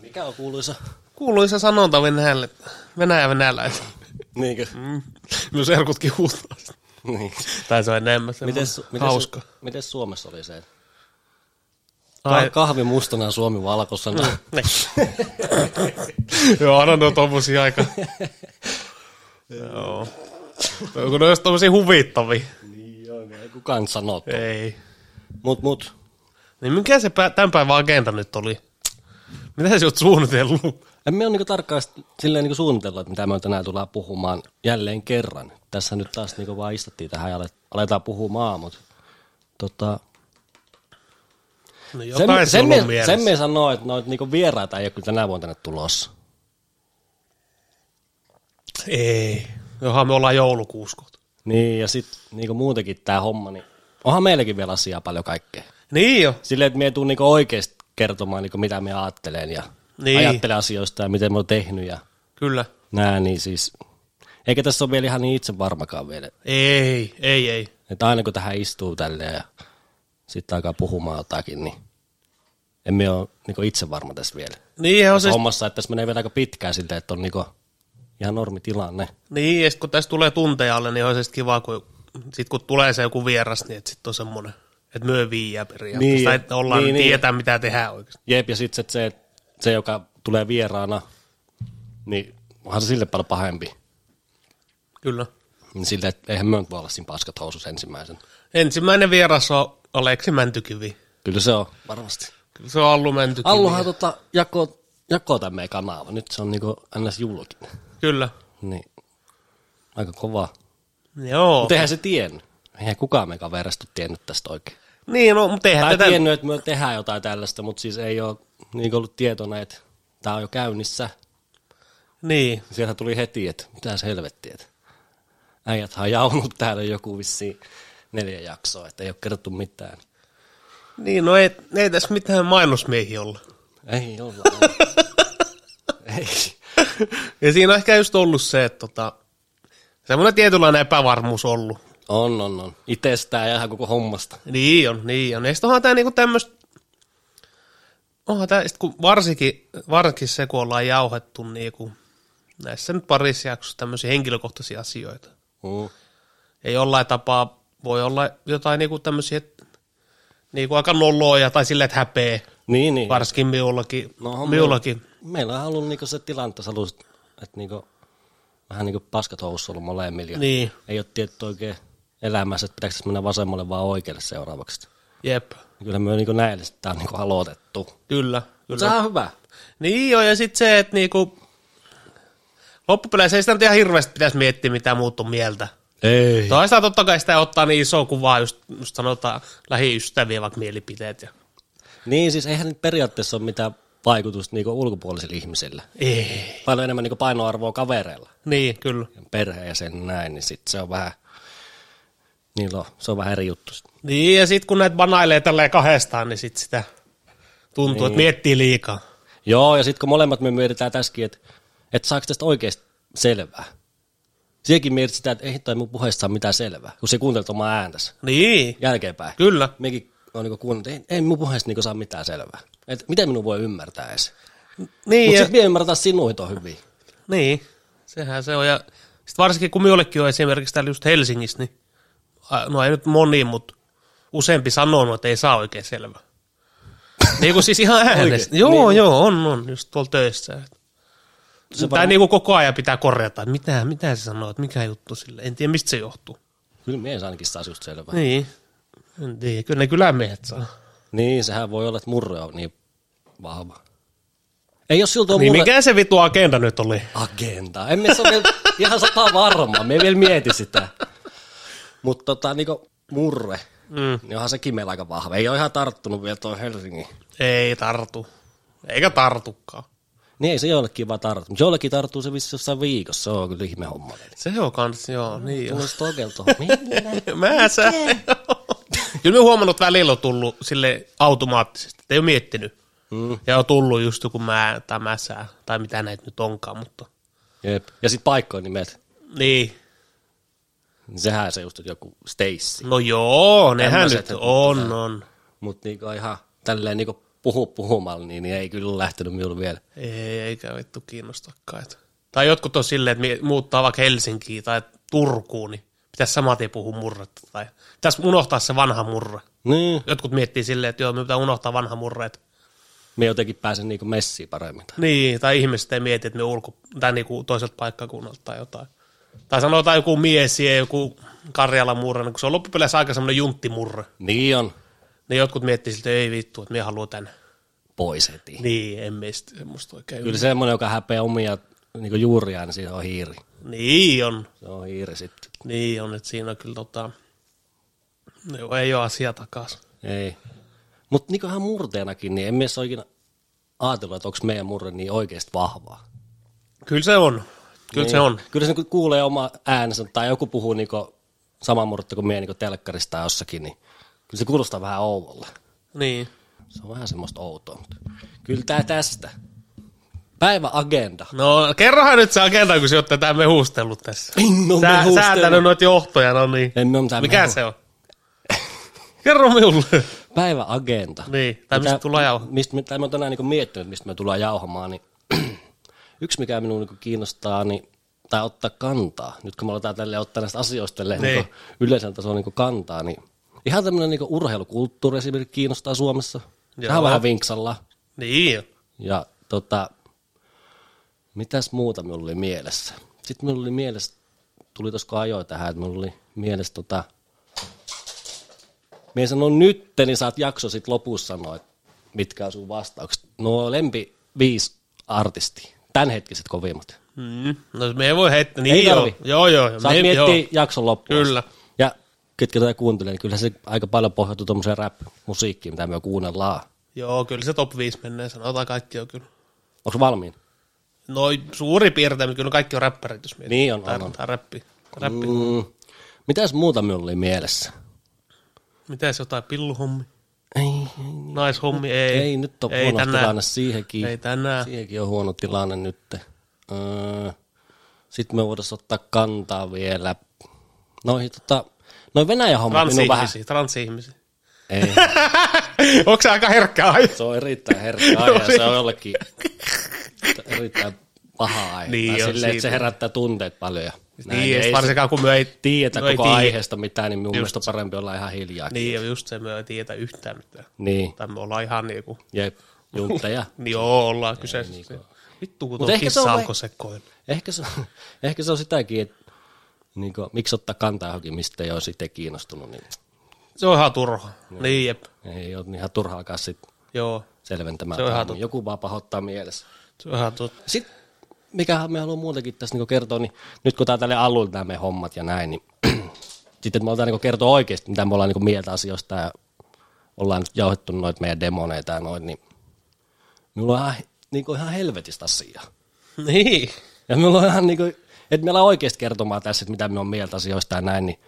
Mikä on kuuluisa? Kuuluisa sanonta Venäjälle, Venäjä venäläiset. Niinkö? Myös erkutkin huutaa. sitä. Niin. Tai se on enemmän Miten, semmoista miten, hauska. miten Suomessa oli se? Ai- Ai. Kahvi mustana Suomi valkosana. Niin. Joo, aina ne on tommosia aika... Joo. No, Kun ne on just tommosia huvittavia. Ei kukaan sano. Ei. Mut, mut. Niin mikä se pä- tämän päivän agenda nyt oli? Mitä sä oot suunnitellut? En me ole niinku tarkkaan sit- silleen niinku suunnitella, että mitä me tänään tullaan puhumaan jälleen kerran. Tässä nyt taas niinku vaan istattiin tähän ja alet- aletaan puhumaan, mutta tota, No sen, jotain sen, sulla on me, mielessä. sen me sanoo, että noit niinku vieraita ei ole kyllä tänä vuonna tänne tulossa. Ei. Johan me ollaan joulukuussa kohta. Niin, ja sitten niinku muutenkin tämä homma, niin onhan meilläkin vielä asiaa paljon kaikkea. Niin jo. Silleen, että me ei tule niinku oikeasti kertomaan, niinku, mitä me ajattelen ja Niin. niin. ajattelen asioista ja miten me oon tehnyt ja Kyllä. nää, niin siis... Eikä tässä ole vielä ihan niin itse varmakaan vielä. Ei, ei, ei. Että aina kun tähän istuu tälleen ja sitten alkaa puhumaan jotakin, niin emme ole niinku itse varma tässä vielä. Niin on Se se. hommassa, että tässä menee vielä aika pitkään siltä, että on niinku ihan normitilanne. Niin, ja sit kun tästä tulee tunteja alle, niin on se sit kiva, kun, sit kun tulee se joku vieras, niin et sit on semmonen, että myö viiä periaatteessa, Niin, niin, että ollaan, niin, niin, niin. tietää mitä tehdään oikeasti. Jep, ja sitten se, että se, joka tulee vieraana, niin onhan se sille paljon pahempi. Kyllä. Niin sille, että eihän me nyt voi olla siinä paskat housus ensimmäisen. Ensimmäinen vieras on Aleksi Mäntykivi. Kyllä se on, varmasti. Kyllä se on Allu Mäntykivi. Alluhan tota, jako, jako tämän meidän kanava. Nyt se on niinku ns. julkinen. Kyllä. Niin. Aika kova. Joo. Mutta eihän se tiennyt. Eihän kukaan meidän kaverista ole tiennyt tästä oikein. Niin, no, mutta eihän Tai tätä... tiennyt, että me tehdään jotain tällaista, mutta siis ei ole niinku ollut tietona, että tämä on jo käynnissä. Niin. Sieltä tuli heti, että mitä se helvetti, että äijät on jaunut täällä joku vissiin neljä jaksoa, että ei ole kerrottu mitään. Niin, no ei, ei tässä mitään mainosmiehiä olla. Ei olla. ei. Ja siinä on ehkä just ollut se, että tota, semmoinen tietynlainen epävarmuus ollut. On, on, on. Itestään ja ihan koko hommasta. Niin on, niin on. Ja sitten onhan tämä niinku tämmöistä, onhan tämä, sit kun varsinkin, varsinkin se, kun ollaan jauhettu niinku, näissä nyt parissa jaksossa tämmöisiä henkilökohtaisia asioita. Mm. Ja jollain tapaa voi olla jotain niinku tämmöisiä, et- niinku aika noloja tai silleen, että häpeä. Niin, niin. Varsinkin minullakin. No, No, on minullakin. Meillä on ollut niinku se tilanne tässä alussa, että niinku, vähän niinku paskat housussa ollut molemmilla. ja Niin, Ei ole tietty oikein elämässä, että pitääkö tässä mennä vasemmalle vai oikealle seuraavaksi. jep. Kyllä me niinku näille sitä on niinku aloitettu. Kyllä, kyllä. Sehän on hyvä. Niin joo, ja sitten se, että niinku, loppupeleissä ei sitä nyt ihan hirveästi pitäisi miettiä, mitä muut on mieltä. Ei. Toista totta kai Niin. sitä ottaa niin iso kuvaa, just, just sanotaan lähiystäviä vaikka mielipiteet. Ja... Niin siis eihän nyt periaatteessa ole mitään vaikutusta niinku ulkopuolisille ihmisille. Ei. Paljon enemmän niinku painoarvoa kavereilla. Niin, kyllä. perhe ja sen näin, niin sit se on vähän, niillä on, se on vähän eri juttu. sit. Niin, ja sitten kun näitä banailee tälleen kahdestaan, niin sit sitä tuntuu, niin. että miettii liikaa. Joo, ja sitten kun molemmat me mietitään tässäkin, että et saako tästä oikeasti selvää. Siekin mietit sitä, että ei toi mun puheesta saa mitään selvää, kun se kuuntelet omaa ääntäsi Niin, jälkeenpäin. kyllä. Mekin on niinku kuunnellut, että ei, ei mun puheesta niinku saa mitään selvää. Et miten minun voi ymmärtää edes? Niin, Mutta ja, sitten minä ymmärtää sinuihin on hyvin. niin, sehän se on. Ja sit varsinkin kun minullekin on esimerkiksi täällä just Helsingissä, niin a- no ei nyt moni, mutta useampi sanonut, että ei saa oikein selvää. niin kuin siis ihan äänestä. Oikein? Joo, niin. joo, on, on, just tuolla töissä. Että Se tai varmaan- niin kuin koko ajan pitää korjata, että mitä, mitä se sanoo, että mikä juttu sille, en tiedä mistä se johtuu. Kyllä mies ainakin saa just selvää. Niin, en tiedä, kyllä ne kylämiehet saa. Niin, sehän voi olla, että murre on niin vahva. Ei jos siltä on Niin mulle... mikä se vitu agenda nyt oli? agenda. En mä se ole vielä ihan sata varma, me ei vielä mieti sitä. Mutta tota, niin murre, mm. niin onhan sekin meillä aika vahva. Ei ole ihan tarttunut vielä tuo Helsingin. Ei tartu, eikä tartukaan. Niin ei se jollekin vaan tartu, mutta jollekin tarttuu se vissi jossain viikossa, se on kyllä ihme homma. Se on kans, joo, niin joo. Tulee stokeltu. Mitä? Mä sä. Kyllä mä huomannut, että välillä on tullut sille automaattisesti, että ei ole miettinyt. Mm. Ja on tullut just joku mä tai mä sää, tai mitä näitä nyt onkaan, mutta Jep. Ja sitten paikkojen nimet. niin. Niin Sehän se just että joku Stacy. No joo, nehän Tämmöset nyt nyt on, on. Mutta niinku ihan tälleen niinku puhu puhumalla, niin, niin ei kyllä lähtenyt minulle vielä. Ei, eikä vittu kiinnostakaan. Et. Tai jotkut on silleen, että mie- muuttaa vaikka Helsinkiin tai Turkuun, niin pitäisi samaten puhua murretta. Tai pitäisi unohtaa se vanha murre. Niin, Jotkut miettii silleen, että joo, me pitää unohtaa vanha murre. et- me jotenkin pääsen niinku messiin paremmin. Niin, tai ihmiset ei mieti, että me ulko, tai niinku toiselta paikkakunnalta tai jotain. Tai sanotaan joku mies ja joku Karjalan murre, niin kun se on loppupeleissä aika semmoinen junttimurre. Niin on, Niin jotkut miettii siltä, että ei vittu, että minä haluan tänne. pois heti. Niin, en meistä semmoista oikein. Kyllä semmoinen, joka häpeää omia niinku juuriaan, niin siinä on hiiri. Niin on. Se on hiiri sitten. Niin on, että siinä on kyllä tota, joo, ei ole asia takaisin. Ei. Mutta niinku ihan murteenakin, niin en mies oikein ajatellut, että onko meidän murre niin oikeasti vahvaa. Kyllä se on. Kyllä niin. se on. Kyllä se niinku kuulee oma äänensä, tai joku puhuu niinku saman murretta kuin me niinku telkkarista tai jossakin, niin kyllä se kuulostaa vähän oudolle. Niin. Se on vähän semmoista outoa, mutta kyllä tämä tästä. Päivän agenda. No kerrohan nyt se agenda, kun se on tätä mehustellut tässä. En ole Sä, mehustellut. Säätänyt noita johtoja, no niin. En ole mitään Mikä mehua. se on? Kerro minulle. Päivän agenda. niin, tai mistä Mitä- tulee jauho. Mistä, mitä mä oon tänään niin miettinyt, mistä me tullaan jauhamaan, niin yksi mikä minua niin kiinnostaa, niin, tai ottaa kantaa, nyt kun me aletaan tälle ottaa näistä asioista tälle, Niin. niin. yleisellä tasolla niin kantaa, niin ihan tämmöinen niin urheilukulttuuri esimerkiksi kiinnostaa Suomessa. Sehän Joo. on vähän vinksalla. Niin. Ja tota, mitäs muuta minulla oli mielessä? Sitten minulla oli mielessä, tuli tuossa ajoin tähän, että minulla oli mielessä tota, Mie sanon nyt, niin saat jakso sit lopussa sanoa, että mitkä on sun vastaukset. No lempi viisi artisti, tämänhetkiset kovimmat. Mm. No me ei voi heittää. Niin joo. tarvi. Joo, joo. Niin, joo. Saat Me- miettiä joo. jakson loppuun. Kyllä. Ja ketkä tätä kuuntelee, niin kyllähän se aika paljon pohjautuu tuommoiseen rap-musiikkiin, mitä me kuunnellaan. Joo, kyllä se top 5 menee, sanotaan kaikki on kyllä. Onko valmiin? No suuri piirtein, mutta kyllä kaikki on räppärit, jos miettii. Niin on, tai, on, on. tai räppi. räppi. Mm. Mm, mitäs muuta minulla oli mielessä? Mitäs jotain pilluhommi? Ei, Naishommi? Ei. ei nyt on huono tilanne siihenkin. Ei tänään. Siihenkin on huono tilanne nyt. Öö, Sitten me voidaan ottaa kantaa vielä. Noihin tota, noin Venäjän hommat minun vähän. Transihmisiä, transihmisiä. Ei, Onko se aika herkkä aihe? se on erittäin herkkä No aihe, niin. se on jollekin erittäin paha aihe. Niin Niin on, silleen, että se siitä. herättää tunteet paljon. ja Näin, Niin, ei ei se varsinkaan kun me ei tiedetä me ei koko tiedä. aiheesta mitään, niin minun mielestä on parempi olla ihan hiljaa. Niin, Niin, ja just se, me ei tiedetä yhtään mitään. niin. Tai me ollaan ihan niinku, jep, juntteja. niin joo, ollaan kyseessä. Niinku. Vittu, kun tuo ehkä se on kissa vai- alkoi sekoilla. Ehkä se, on- ehkä se on sitäkin, että niin kuin, miksi ottaa kantaa johonkin, mistä ei ole sitten kiinnostunut, niin Se on ihan turha. Niin, jep. ei ole ihan turhaakaan sit Joo, selventämään. Se on ihan tarvitse. totta. Joku vaan pahoittaa mielessä. se on ihan totta. Sitten, mikä me haluan muutenkin tässä niin kertoa, niin nyt kun tää on tälle alueelle nämä meidän hommat ja näin, niin sitten että me aletaan niin kertoa oikeasti, mitä me ollaan niin mieltä asioista ja ollaan nyt jauhettu noita meidän demoneita ja noin, niin minulla on ihan, niin ihan helvetistä asiaa. Niin. Ja me ollaan ihan niin kuin, että me ollaan oikeasti kertomaan tässä, että mitä me on mieltä asioista ja näin, niin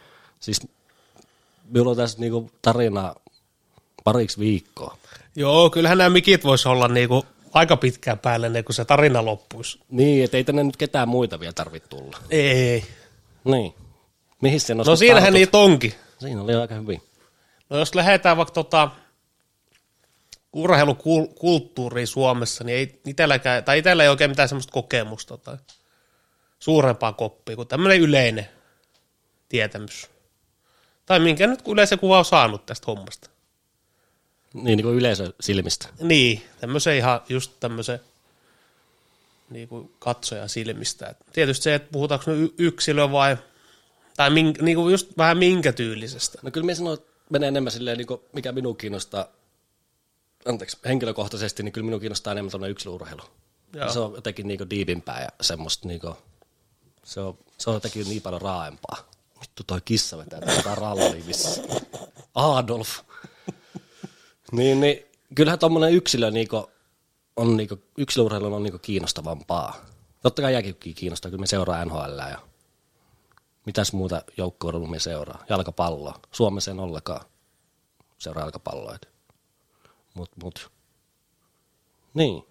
siis minulla on tässä niin kuin tarinaa pariksi viikkoa. Joo, kyllähän nämä mikit vois olla niinku aika pitkään päälle, niin kun se tarina loppuisi. Niin, että ei tänne nyt ketään muita vielä tarvitse tulla. Ei. Niin. Mihin se No siinähän niitä onkin. Siinä oli aika hyvin. No jos lähdetään vaikka tota urheilukulttuuriin Suomessa, niin ei itselläkään, tai itsellä ei oikein mitään semmoista kokemusta tai suurempaa koppia kuin tämmöinen yleinen tietämys. Tai minkä nyt yleisen kuva on saanut tästä hommasta. Niin, niin kuin yleisö silmistä. Niin, tämmöisen ihan just tämmöisen niin kuin katsojan silmistä. Et tietysti se, että puhutaanko nyt y- yksilö vai, tai min, niin kuin just vähän minkä tyylisestä. No kyllä minä sanoin, että menee enemmän silleen, niin kuin mikä minua kiinnostaa, anteeksi, henkilökohtaisesti, niin kyllä minua kiinnostaa enemmän tuonne yksilöurheilu. Joo. Se on jotenkin niin kuin diivimpää ja semmoista, niin kuin, se, on, se on jotenkin niin paljon raaempaa. Vittu toi kissa vetää tätä rallia missä. Adolf. niin, niin, kyllähän tuommoinen yksilö niin kuin, on niin kuin, yksilöurheilu on niin kuin kiinnostavampaa. Totta kai jääkiekki kiinnostaa, kyllä me seuraa NHL ja mitäs muuta joukkueurheilua me seuraa? Jalkapalloa. Suomessa en ollenkaan seuraa jalkapalloa. et. Mut, mut. Niin.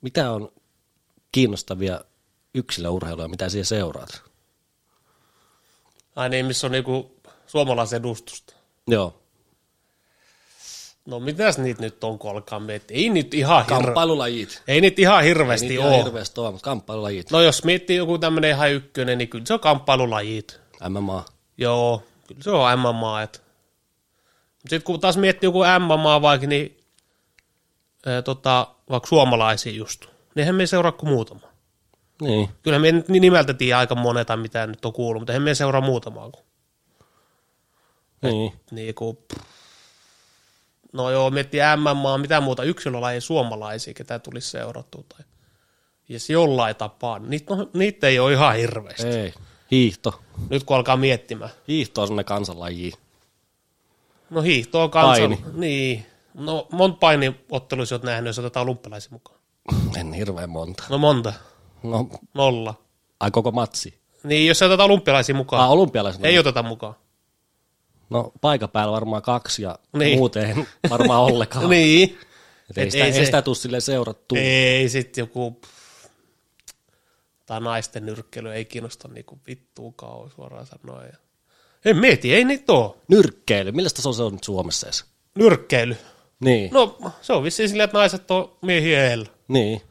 Mitä on kiinnostavia yksilöurheiluja, mitä siellä seuraat? niinku Ai niin, missä on niin kuin suomalaisedustusta. Joo. No mitäs niitä nyt on, kun alkaa miettiä? Ei nyt ihan, hir- Kamppailulajit. ei nyt ihan hirveästi Niitä niin on ole. hirveästi ole, mutta kamppailulajit. No jos miettii joku tämmöinen ihan ykkönen, niin kyllä se on kamppailulajit. MMA. Joo, kyllä se on MMA. Et. Sitten kun taas miettii joku MMA vaikka, niin ää, tota, vaikka suomalaisia just, niin eihän me seuraa kuin muutama. Niin. Kyllä me nyt nimeltä tiedä aika moneta, mitä nyt on kuullut, mutta eihän me seuraa muutamaa. Kun, Niin. niin kuin, no joo, miettii MMA, mitä muuta yksilölajia suomalaisia, ketä tulisi seurattua. Tai, jos jollain tapaa, niin niitä, no, niitä ei ole ihan hirveästi. Ei. Hiihto. Nyt kun alkaa miettimään. Hiihto on semmoinen kansanlaji. No hiihto on kansan... Paini. Niin. No monta painiotteluissa olet nähnyt, jos otetaan lumppalaisia mukaan. En hirveän monta. No monta. No, Nolla. ai koko matsi. Niin, jos otetaan lumppalaisia mukaan. Ah, olympialaisena. ei oteta mukaan. No, paikan päällä varmaan kaksi ja Niin. muuten varmaan ollenkaan. niin. Niin. Et ei, Et sitä, ei ei, se- se... sitä tule silleen seurattua. Ei, sit joku... Tai naisten nyrkkely ei kiinnosta niinku vittuukaan, oo suoraan sanoen. En mieti, ei niitä oo. Nyrkkeily, millä se on se on nyt Suomessa edes? Nyrkkeily. Niin, no. No, se on vissiin silleen, että naiset on miehiä edellä. niin.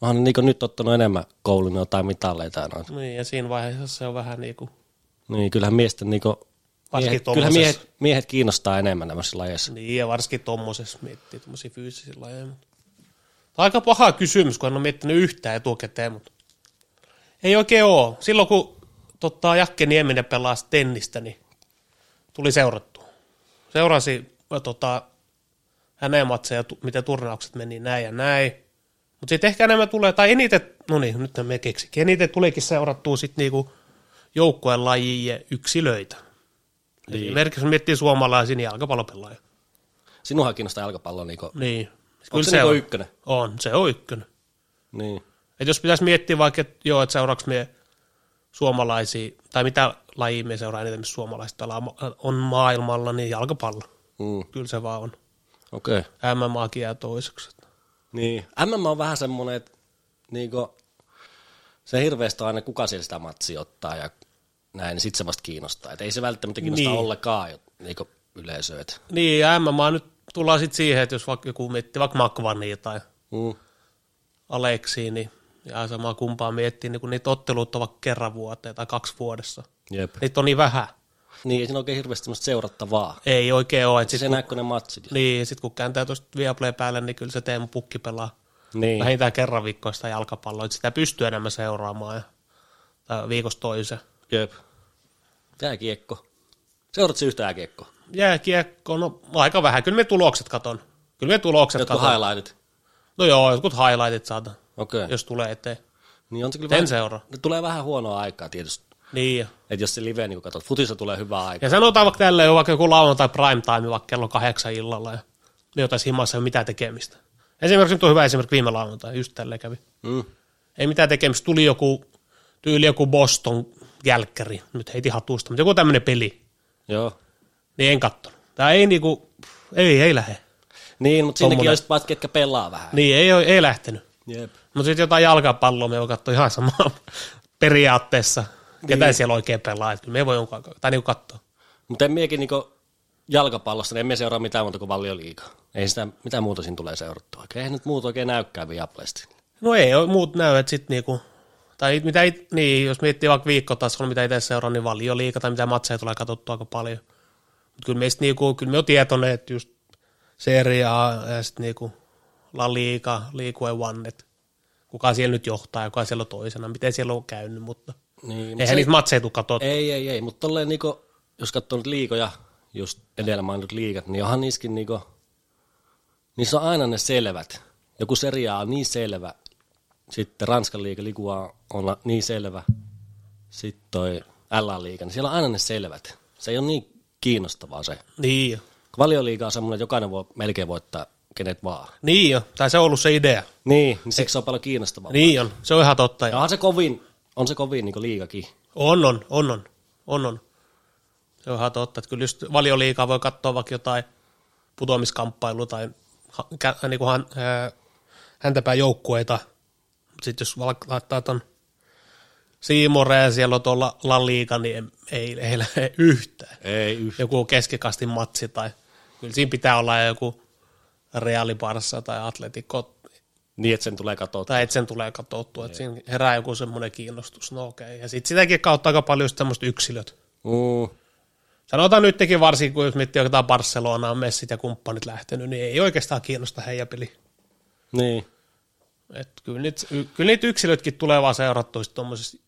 Onhan ne niinku nyt ottanut enemmän koulun jotain mitalleita ja noita. Niin, ja siinä vaiheessa se on vähän niinku... Niin, kyllähän miesten niinku, Varsinkin miehet, tommosessa. kyllähän miehet, miehet kiinnostaa enemmän tämmöisissä lajeissa. Niin, ja varsinkin tuommoisessa miettii tuommoisia fyysisiä lajeja. Mutta... Tämä on aika paha kysymys, kun en ole miettinyt yhtään etukäteen, mutta ei oikein ole. Silloin kun tota, Jakke Nieminen pelasi tennistä, niin tuli seurattua. Seurasi ö, tota, hänen matseja, tu- miten turnaukset meni näin ja näin. Mutta sitten ehkä enemmän tulee, tai eniten, no niin, nyt me keksikin, eniten tuleekin seurattua sitten niinku joukkueen lajien yksilöitä. Niin. Esimerkiksi jos miettii suomalaisia, niin jalkapallopelaajia. Sinua kiinnostaa jalkapallo niinku. Niin. Onko se, niinku ykkönen? On, se on ykkönen. Niin. Et jos pitäisi miettiä vaikka, että joo, että seuraavaksi me suomalaisia, tai mitä lajia me seuraa eniten, missä suomalaiset pelaa, ma- on maailmalla, niin jalkapallo. Mm. Kyllä se vaan on. Okei. Okay. MMAkin jää toiseksi. Niin. MM on vähän semmoinen, että niinku, se hirveästi on aina kuka siellä sitä matsia ottaa ja näin, niin sit se vasta kiinnostaa. Et ei se välttämättä kiinnostaa Niin. niin. ollenkaan jo, niinku yleisöä. et. Niin, ja MMA nyt tullaan sitten siihen, että jos vaikka joku miettii vaikka Makvania tai Mm. Aleksiä, niin ja sama kumpaa miettii, niin kun niitä otteluita on vaikka kerran vuoteen tai kaksi vuodessa. Jep. Niitä on niin vähän. Niin, ei siinä oikein hirveästi semmoista seurattavaa. Ei oikein ole. Et Siis sit, enää kun ne matsit. niin, sitten kun kääntää tuosta Viaplay päälle, niin kyllä se Teemu Pukki pelaa Niin. vähintään kerran viikkoista jalkapalloa, että sitä pystyy enemmän seuraamaan ja, tai viikosta toiseen. Jep. Jääkiekko. Seuratko sä yhtä jääkiekko? Jääkiekko, no aika vähän, kyllä me tulokset katon. Kyllä me tulokset Jotkut katon. highlightit. no joo, jotkut highlightit saata, Okei. Okay. jos tulee eteen. Niin on se kyllä En vähän, seuraa. ne tulee vähän huonoa aikaa tietysti. Niin. Että jos se live niin katsot, futissa tulee hyvää aikaa. Ja sanotaan vaikka tälleen, on vaikka joku lauantai prime time, vaikka kello kahdeksan illalla, ja me jotaisi himassa ei ole mitään tekemistä. Esimerkiksi nyt on hyvä esimerkki viime lauantai, just tälleen kävi. Mm. Ei mitään tekemistä, tuli joku, tyyli joku Boston jälkkäri, nyt heitin hatusta, mutta joku tämmöinen peli, Joo. niin en kattonut. Tää ei niinku, ei, ei lähe. Niin, mutta sinnekin Tommonen. on sit matkat, ketkä pelaa vähän. Niin, ei, oo- ei lähtenyt. Jep. Mutta sitten jotain jalkapalloa me voi katsoa ihan samaa periaatteessa. Ketä Niin. siellä oikein pelaa, että me voi jonkun, tai niinku katsoa. Mutta en miekin niinku jalkapallosta, niin emme seuraa mitään muuta kuin valioliikaa. Ei sitä, mitä muuta siinä tulee seurattua. oikein. Eihän nyt muuta oikein näykään Viaplaysta. No ei oo muut näy, että sit niinku, tai mitä it, niin, jos miettii vaikka viikkotasolla, mitä itse seuraa, niin valioliiga tai mitä matseja tulee katsottua aika paljon. Mutta kyllä meistä niinku, kyllä me on tietoinen, että just Serie A ja sitten niinku La Liga, Liiku One, et kuka siellä nyt johtaa, ja kuka siellä on toisena, miten siellä on käynyt, mutta Niin, eihän niitä matseja tule katsottua. Ei, ei, ei, mutta tolleen niinku, jos katsoo nyt liikoja, just edellä mainitut liikat, niin onhan niissäkin niinku, niissä on aina ne selvät. Joku seria on niin selvä, sitten Ranskan liiga likua on niin selvä, sitten toi LA-liiga, niin siellä on aina ne selvät. Se ei ole niin kiinnostavaa se. Niin jo. Kun Valioliiga on semmoinen, että jokainen voi melkein voittaa kenet vaan. Niin jo. Tai se on ollut se idea. Niin, niin siksi se on paljon kiinnostavaa. Niin. Niin on. Se on ihan totta. Ja Ja. onhan se kovin, on se kovin niin liikakin. On, on, on, on, on, on. Se on ihan totta. Että kyllä just valioliikaa voi katsoa vaikka jotain putoamiskamppailua tai ha, kä, niin kuin hän, ää, häntäpää joukkueita. Sitten jos valk- laittaa ton Siimore ja siellä on tuolla La Liga, niin em- ei, ei, lähde yhtään. Ei yhtään. Joku keskikastin matsi tai kyllä siinä pitää olla joku reaaliparssa tai atletikko, Niin, että sen tulee katsoa. tai että sen tulee katsottua, että siinä herää joku semmoinen kiinnostus, no okei. Okay. Ja sitten sitäkin kautta aika paljon just tämmöiset yksilöt. Mm. Sanotaan nytkin varsinkin, kun jos miettii jotain Barcelonaa, messit ja kumppanit lähtenyt, niin ei oikeastaan kiinnosta heidän peli. Niin. Et kyllä, niitä, y- kyllä niitä yksilötkin tulee vaan seurattua tuommoisessa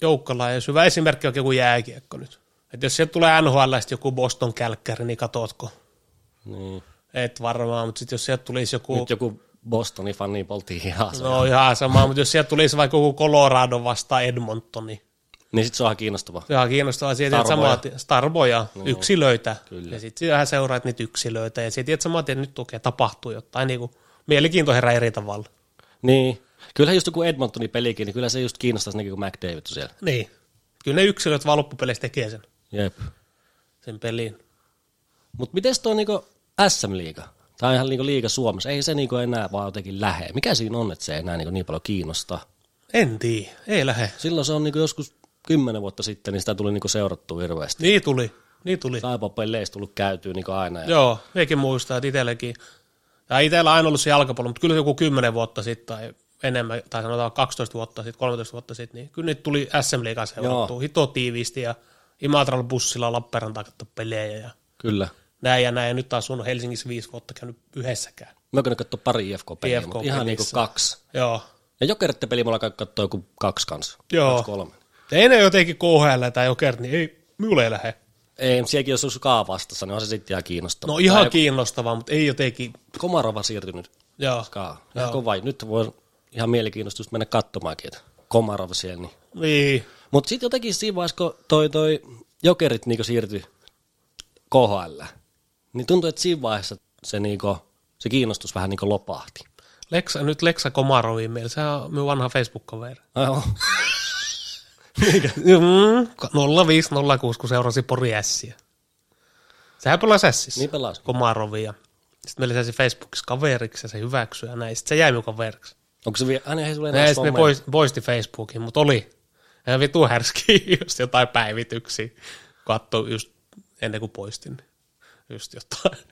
joukkolla. Ja hyvä esimerkki on joku jääkiekko nyt. Et jos sieltä tulee NHL joku Boston kälkkäri, niin katotko? niin. Et varmaan, mutta sitten jos sieltä tulisi joku... Nyt joku Bostonin fani poltti hihaa. No. No ihan sama, mutta jos sieltä tulisi vaikka joku Colorado vastaan Edmonton, niin Niin sit se on ihan kiinnostavaa. se on ihan kiinnostavaa. Sieltä tiedät Starboja. samaa tie- starboja, no, yksilöitä. kyllä. Ja sitten vähän seuraat niitä yksilöitä. Ja sitten tiedät samaa, että nyt tukee tapahtuu jotain. Niin kuin, mielenkiinto herää eri tavalla. Niin. Kyllähän just joku Edmontonin pelikin, niin kyllä se just kiinnostaisi nekin, kun McDavid on siellä. Niin. Kyllä ne yksilöt vaan loppupeleissä tekee sen. Jep. sen peliin. Mutta miten tuo niinku SM-liiga? Tämä on ihan niinku liiga Suomessa. Ei se niinku enää vaan jotenkin lähe. Mikä siinä on, että se ei enää niinku niin paljon kiinnostaa? En tiedä, ei lähde. Silloin se on niinku joskus kymmenen vuotta sitten, niin sitä tuli niinku seurattua hirveästi. Niin tuli, niin tuli. Saipa-peleissä tullut käytyä niinku aina. Ja... Joo, meikin muistaa, että itselläkin. Ja itsellä on aina ollut se jalkapallo, mutta kyllä joku 10 vuotta sitten tai enemmän, tai sanotaan 12 vuotta sitten, 13 vuotta sitten, niin kyllä niitä tuli SM Liigaa seurattua hito tiiviisti ja Imatralla bussilla Lappeenrantaan katsoa pelejä ja Kyllä. näin ja näin. Ja nyt taas on Helsingissä viisi vuotta käynyt yhdessäkään. Mä oon katsoa pari IFK-peliä, mutta ihan niinku IFK-pelissä. kaksi. Joo. Ja jokeretten peli mulla katsoa joku kaksi kanssa. Joo. Kaksi kolme. Ei ne jotenkin KHL tai Joker, niin ei, minulle ei lähde. Ei, mut sielläkin jos olisi kaa vastassa, niin on se sitten ihan kiinnostavaa. No ihan kiinnostavaa, mutta ei jotenkin. Komarova siirtynyt Joo. kaa. Ihan kova. Nyt voi ihan mielenkiinnostusta mennä katsomaankin, että Komarova siellä. Niin. Niin. Mutta sitten jotenkin siinä vaiheessa, kun toi, toi jokerit niinku siirtyi KHL, niin tuntuu, että siinä vaiheessa se, niinku, se kiinnostus vähän niinku lopahti. Leksa, nyt Leksa Komarovi meillä, se on minun vanha Facebook-kaveri. Ai joo. Mm, 0506, kun seurasi Pori Ässiä. Sehän pelasi Ässissä, Niin niin. pelas. Komarovia. Sitten me lisäsi Facebookissa kaveriksi ja se hyväksyi ja näin. Sitten se jäi minun kaveriksi. Onko se vielä, aina ei sulle Ja enää sitten ne somea. pois, poisti Facebookin, mutta oli. Ja vitu härski just jotain päivityksiä. Katso just ennen kuin poistin. Just jotain.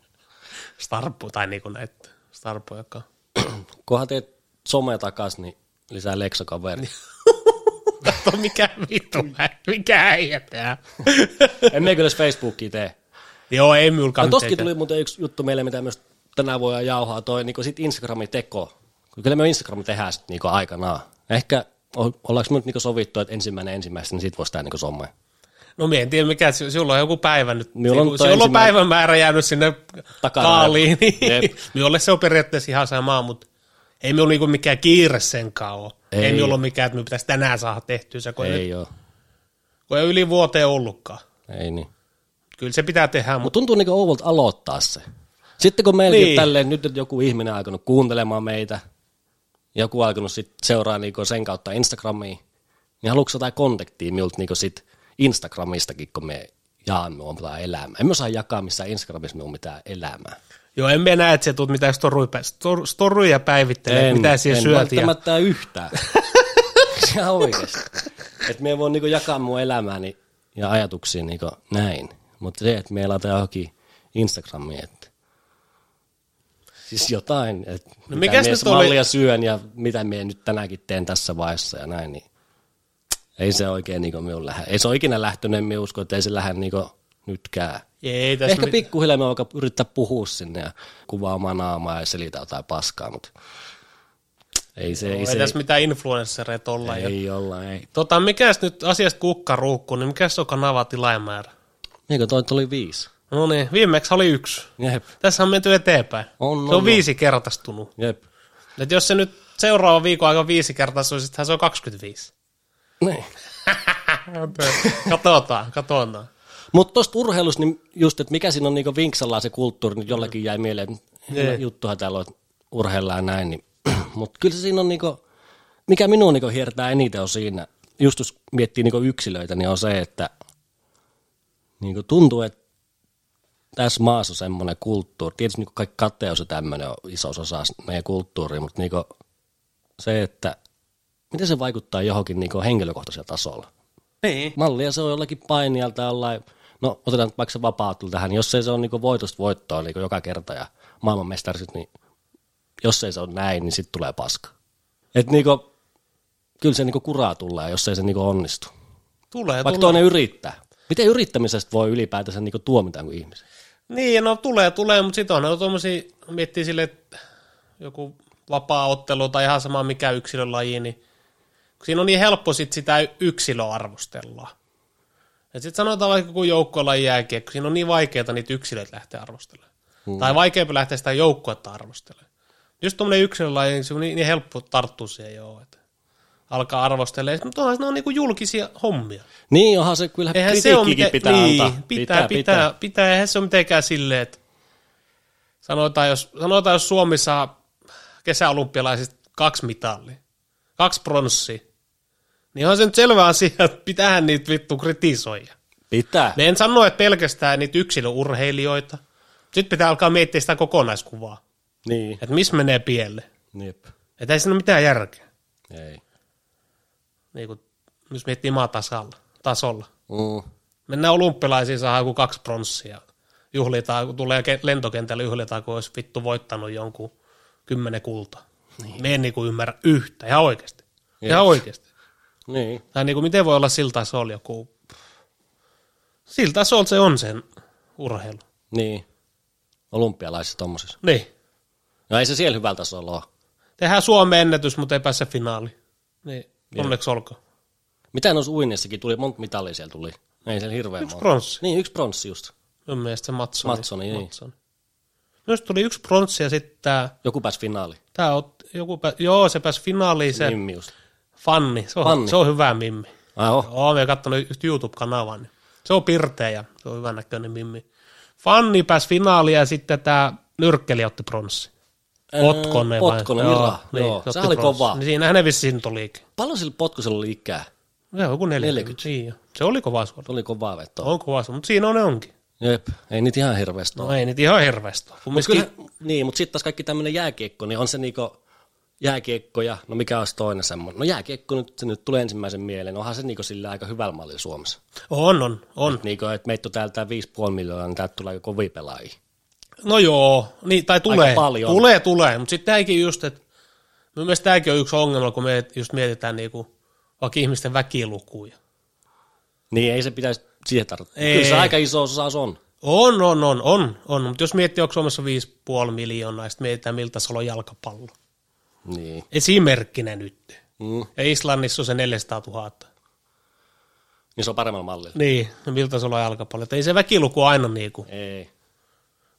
Starpu tai niinku näitä. Starpujakaan. Kunhan teet somea takas, niin lisää leksakaveri. Kato, mikä vittu, mikä äijä tää. en me kyllä edes Facebookia tee. Joo, ei minullakaan No toskin mitenkään. tuli muuten yksi juttu meille, mitä myös tänään voidaan jauhaa, toi niin sit Instagramin teko. Kyllä me Instagram tehdään sit niin aikanaan. Ehkä o- ollaanko me nyt niin sovittu, että ensimmäinen ensimmäistä, niin sit voisi tehdä niin some. No minä en tiedä mikä, si- sinulla on joku päivä nyt. Minulla on Sinulla on, toi sinulla on ensimmäinen- päivämäärä jäänyt sinne Takaraja. kaaliin. Niin. Jep. Minulle se on periaatteessa ihan sama, mutta ei minulla niinku mikään kiire senkaan ole. Ei, Ei. ei minulla ole mikään, että minun pitäisi tänään saada tehtyä se, kun ei, nyt, Ei oo. kun ei yli vuoteen ollutkaan. Ei niin. Kyllä se pitää tehdä, mutta Mutta tuntuu niin ouvolta aloittaa se. Sitten kun meilläkin niin. Niin. tälleen nyt on joku ihminen alkanut kuuntelemaan meitä, joku alkanut sit seuraa niin sen kautta Instagramiin, niin haluatko sä jotain kontaktia minulta niin sit Instagramistakin, kun me jaamme omaa elämää. Emme osaa jakaa missään Instagramissa minun mitään elämää. joo, en minä näe, että se tulet mitään storuja, pä- stor- storuja päivittelee, en, mitä siellä en syöt. Ja... välttämättä yhtään. Ihan oikeasti. Että me ei voi niinku jakaa mun elämääni ja ajatuksia niinku näin. Mutta se, että me laitetaan johonkin Instagramiin, että siis jotain, että no mitä mikäs mies nyt oli- mallia syön ja mitä me nyt tänäänkin teen tässä vaiheessa ja näin, niin ei se oikein niinku minun lähde. Ei se ole ikinä lähtenyt, en minä usko, että ei se lähde niinku nytkään. Ei, tässä Ehkä pikkuhiljaa me alkaa yrittää puhua sinne ja kuvaa omaa naamaa ja selitä jotain paskaa, mutta ei se, ei ei se, tässä mitään influenssereita olla. ja- ei olla, ei. Tota, mikäs nyt asiasta kukkaruukku, niin mikäs on kanava tilaajamäärä? Eikö toi tuli viisi? No niin, viimeksi oli yksi. Jep, Tässä on menty eteenpäin. On, on, se on on. viisi kertaistunut. jep. Et jos se nyt seuraava viikon aika viisi kertaistuu, sittenhän se on 25. Niin. Katsotaan, katsotaan. Mutta tuosta urheilusta, niin just, että mikä siinä on niinku vinksalla se kulttuuri, niin jollakin jäi mieleen, että hyvä juttuhan täällä on, että urheillaan ja näin. Niin. Mutta kyllä se siinä on, niinku, mikä minua niinku hiertää eniten on siinä, just jos miettii niinku yksilöitä, niin on se, että niinku tuntuu, että tässä maassa on semmoinen kulttuuri. Tietysti niinku kaikki kateus ja tämmöinen on iso osa meidän kulttuuria, mutta niinku se, että miten se vaikuttaa johonkin niinku henkilökohtaisella tasolla Niin. mallia se on jollakin painijalta jollain no otetaan nyt vaikka se vapaattelu tähän, niin jos ei se ole niin voitosta voittoa niin joka kerta ja maailmanmestarsit, niin jos ei se ole näin, niin sitten tulee paska. Et niin kuin, kyllä se niin kuin kuraa tulee, jos ei se niin kuin onnistu. Tulee, Vaikka tulee. toinen yrittää. Miten yrittämisestä voi ylipäätänsä niin kuin tuomita jonkun ihmisen? Niin, no tulee, tulee, mutta sitten on no, tuommoisia, miettii sille, että joku vapaa ottelu tai ihan sama mikä yksilölaji, niin kun siinä on niin helppo sit sitä yksilöä arvostella. Et sitten sanotaan vaikka joku joukkolaji jääkiekko, siinä on niin vaikeaa niitä yksilöitä lähteä arvostelemaan. Hmm. Tai vaikeampi lähteä sitä joukkuetta arvostelemaan. Just tuommoinen yksilölaji, niin se on niin, niin helppo tarttua siihen joo, että alkaa arvostelemaan. Mutta onhan ne on niinku julkisia hommia. Niin, onhan se kyllä Eihän se ole kritiikkikin pitää miten, niin, antaa. Pitää, pitää, pitää, pitää. Eihän se ole mitenkään silleen, että sanotaan jos, sanotaan, jos Suomi saa kesäolympialaisista kaksi mitallia, kaksi pronssia, niin on se nyt selvä asia, että pitäähän niitä vittu kritisoida. Pitää. Ne en sano, että pelkästään niitä yksilöurheilijoita. Sitten pitää alkaa miettiä sitä kokonaiskuvaa, Niin. että missä menee pieleen. Nip. Että ei siinä ole mitään järkeä, Niin, Ei. niin kun, jos miettii maatasalla, tasolla. Mm. Mennään olympialaisiin, saadaan joku kaksi pronssia. Juhlitaan, kun tulee ke- lentokentälle, juhlitaan, kun olisi vittu voittanut jonkun kymmenen kulta. Niin. Me en niinku ymmärrä yhtä, ihan oikeasti. Yes. Ihan oikeasti. Niin. Tai niinku, miten voi olla siltä tasolla joku... Siltä tasolla se on sen urheilu. Niin. Olympialaisissa tommosissa. Niin. No ei se siellä hyvällä tasolla ole. Tehdään Suomen ennätys, mutta ei pääse finaaliin. Niin, onneksi olkoon. Mitä noissa uinnissakin tuli? Monta mitalia siellä tuli? Ei siellä hirveän monta. Pronssi. Niin, yksi pronssi just. Mun mielestä se Matsoni. Matsoni, niin. Matsoni. Myös tuli yksi pronssi ja sitten tää, Joku pääsi finaaliin. tää ot, joku, pä, joo, se pääsi finaaliin se Mimmi just. Fanni, se on, Fanni. Se on hyvä mimmi. Ai oh. Oon vielä katsonut yhtä YouTube-kanavaa, niin se on pirteä ja se on hyvän näköinen mimmi. Fanni pääsi finaaliin ja sitten tämä nyrkkeli otti pronssi. Potkonen vai? Potkonen, Ira. Joo, se se otti oli pronssi. kovaa. Niin siinähän ne vissiin tuli. Paljon sillä potkusella oli ikää? Se on joku 40. 40. Niin, joo. se oli kova suora. Se oli kovaa vetoa. On kova suora, mutta siinä on ne onkin. Jep, ei niitä ihan hirveästi No ei nyt ihan hirveästi. ole. Kun Kyllä, Myöskin, niin, mutta sitten taas kaikki tämmöinen jääkiekko, niin on se niinku jääkiekko ja, no mikä olisi toinen semmoinen. No jääkiekko nyt, se nyt tulee ensimmäisen mieleen, onhan se niinku sillä aika hyvällä mallilla Suomessa. on, on, on. Niinku, että meitä on täältä 5,5 miljoonaa, niin täältä tulee aika kovia pelaajia. No joo, niin, tai tulee, paljon. tulee, tulee, mutta sitten tämäkin just, että mun mielestä tämäkin on yksi ongelma, kun me just mietitään niinku, vaikka ihmisten väkilukuja. Niin ei se pitäisi siihen tarttua. Ei. Kyllä se aika iso osa taas on. On, on, on, on, on, mutta jos miettii, onko Suomessa 5,5 miljoonaa, ja sitten mietitään, miltä se on jalkapallo. Niin. Esimerkkinä nyt. Mm. Ja Islannissa on se 400 000. Niin se on paremmalla mallilla. Niin, no miltä se on jalkapallo. Et ei se väkiluku aina niinku, Ei.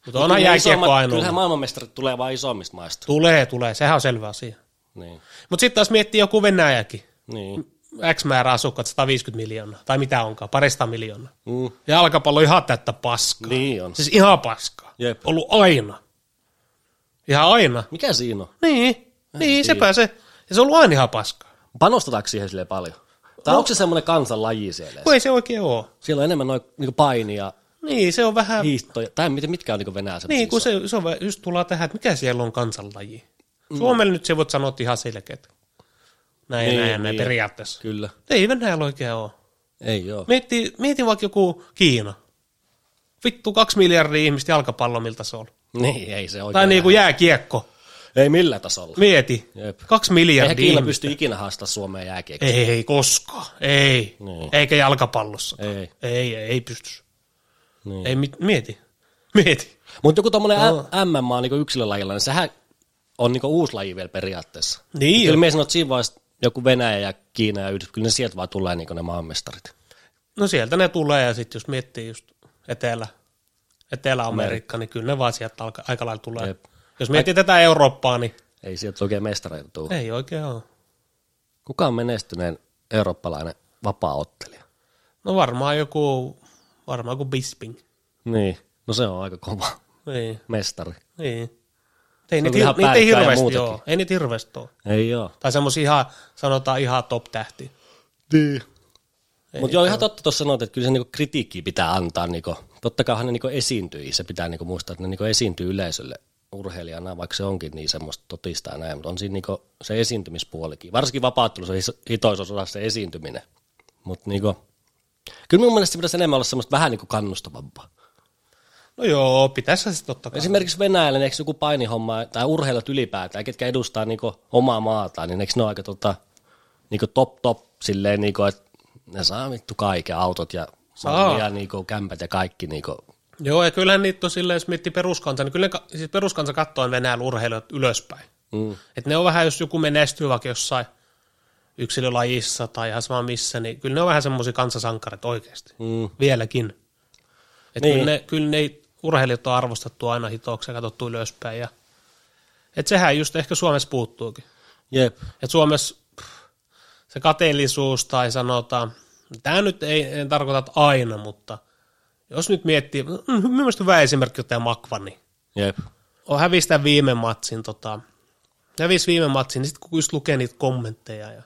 mutta onhan Kyllä ne jääkiekko isommat- aina. Kyllähän ollut. maailmanmestarit tulee vain isommista maista. Tulee, tulee, sehän on selvä asia. Niin. Mutta sitten taas miettii joku Venäjäkin. Niin. X määrä asukkaat 150 miljoonaa, tai mitä onkaan, parista miljoonaa. Mm. Jalkapallo on ihan täyttä paskaa. Niin on. Siis ihan paskaa. Jep. Ollut aina. Ihan aina. Mikä siinä on? Niin, niin sepä se. Ja se on ollut aina ihan paskaa. Panostetaanko siihen silleen paljon? Tai no. onko se semmoinen kansanlaji siellä? Kun ei se oikein ole. Siellä on enemmän noin niinku painia, Niin, se on vähän, hiihtoja, tai mitä, mitkä on niinku Venäjä niin semmoisia kun isoja? se, se on, vähän- just tullaan tähän, että mikä siellä on kansanlaji. Mm. Suomelle nyt se voit sanoa että ihan selkeät. Näin, Niin, näin, ja näin niin. periaatteessa. Kyllä. Ei Venäjällä oikein ole. Ei joo. Mietti, mieti vaikka joku Kiina. Vittu, kaksi miljardia ihmistä jalkapallo, miltä se on. Niin, ei se oikein. Tai niinku jääkiekko. Ei millä tasolla. Mieti. Jep. Kaksi Eihän miljardia Kiina ihmistä. pysty ikinä haastaa Suomeen jääkiekkoa. Ei, ei koskaan. Ei. Niin. Eikä jalkapallossa. Ei, Ei. ei, ei pysty. Niin. Ei, mit, mieti. Mieti. Mutta joku tommonen no. MMA niinku yksilölajilla, niin sehän on niinku uusi laji vielä periaatteessa. Niin Kyllä on. me sanon, että siinä vaiheessa joku Venäjä ja Kiina ja Yhdysvallat, kyllä ne sieltä vaan tulee niinku ne maailmanmestarit. No sieltä ne tulee ja sitten jos miettii just etelä, Etelä-Amerikka, niin kyllä ne vaan sieltä alka, aika lailla tulee. Jep. Jos miettii tätä Eurooppaa, niin Ei sieltä oikein mestareita tule. ei oikein ole. Kuka on menestyneen eurooppalainen vapaaottelija? No varmaan joku, varmaan joku Bisping. Niin. No se on aika kova Niin, mestari. niin. Ei on niitä, ihan hir- niitä ei päällikköä ja hirveästi muutakin. ole. Ei niitä hirveästi ole. Ei joo. Tai semmoisia ihan, sanotaan ihan top-tähtiä. Niin. Mutta joo, ihan totta tuossa sanoit, että kyllä se niinku kritiikkiä pitää antaa. Niinku. Totta kaihan ne niinku esiintyy, se pitää niinku muistaa, että ne niinku esiintyy yleisölle urheilijana, vaikka se onkin niin semmoista totista ja näin, mutta on siinä niinku se esiintymispuolikin. Varsinkin vapaattelussa hitoisossa se esiintyminen. Mutta niinku, Kyllä mun mielestä se pitäisi enemmän olla semmoista vähän niin kuin kannustavampaa. No joo, pitäisi se sitten totta kai. Esimerkiksi Venäjällä, niin eikö joku painihomma tai urheilut ylipäätään, ketkä edustaa niin omaa maataan, niin eikö ne ole aika tota, niin top top silleen, niin kuin, että ne saa vittu kaiken, autot ja, Saa. ja niin kuin, kämpät ja kaikki. Niin kuin. Joo, ja kyllähän niitä on silleen, jos miettii peruskansa, niin kyllä ne ka- siis peruskansa kattoo Venäjällä urheilijat ylöspäin. Mm. Et ne on vähän, jos joku menestyy vaikka jossain yksilölajissa tai ihan sama missä, niin kyllä ne on vähän semmoisia kansasankareita oikeasti. Mm. Vieläkin. Et Niin. niin. kyllä, ne, kyllä ne urheilijat on arvostettu aina hitoksi ja katsottu ylöspäin. Ja, et sehän just ehkä Suomessa puuttuukin. Jep. Et Suomessa pff, se kateellisuus tai sanotaan, tämä nyt ei, ei tarkoita että aina, mutta jos nyt miettii, mm, mun mielestä hyvä esimerkki on tämä Makvani. Jep. On hävisi tämän viime matsin, tota, hävisi viime matsin, niin sitten kun just lukee niitä kommentteja, ja,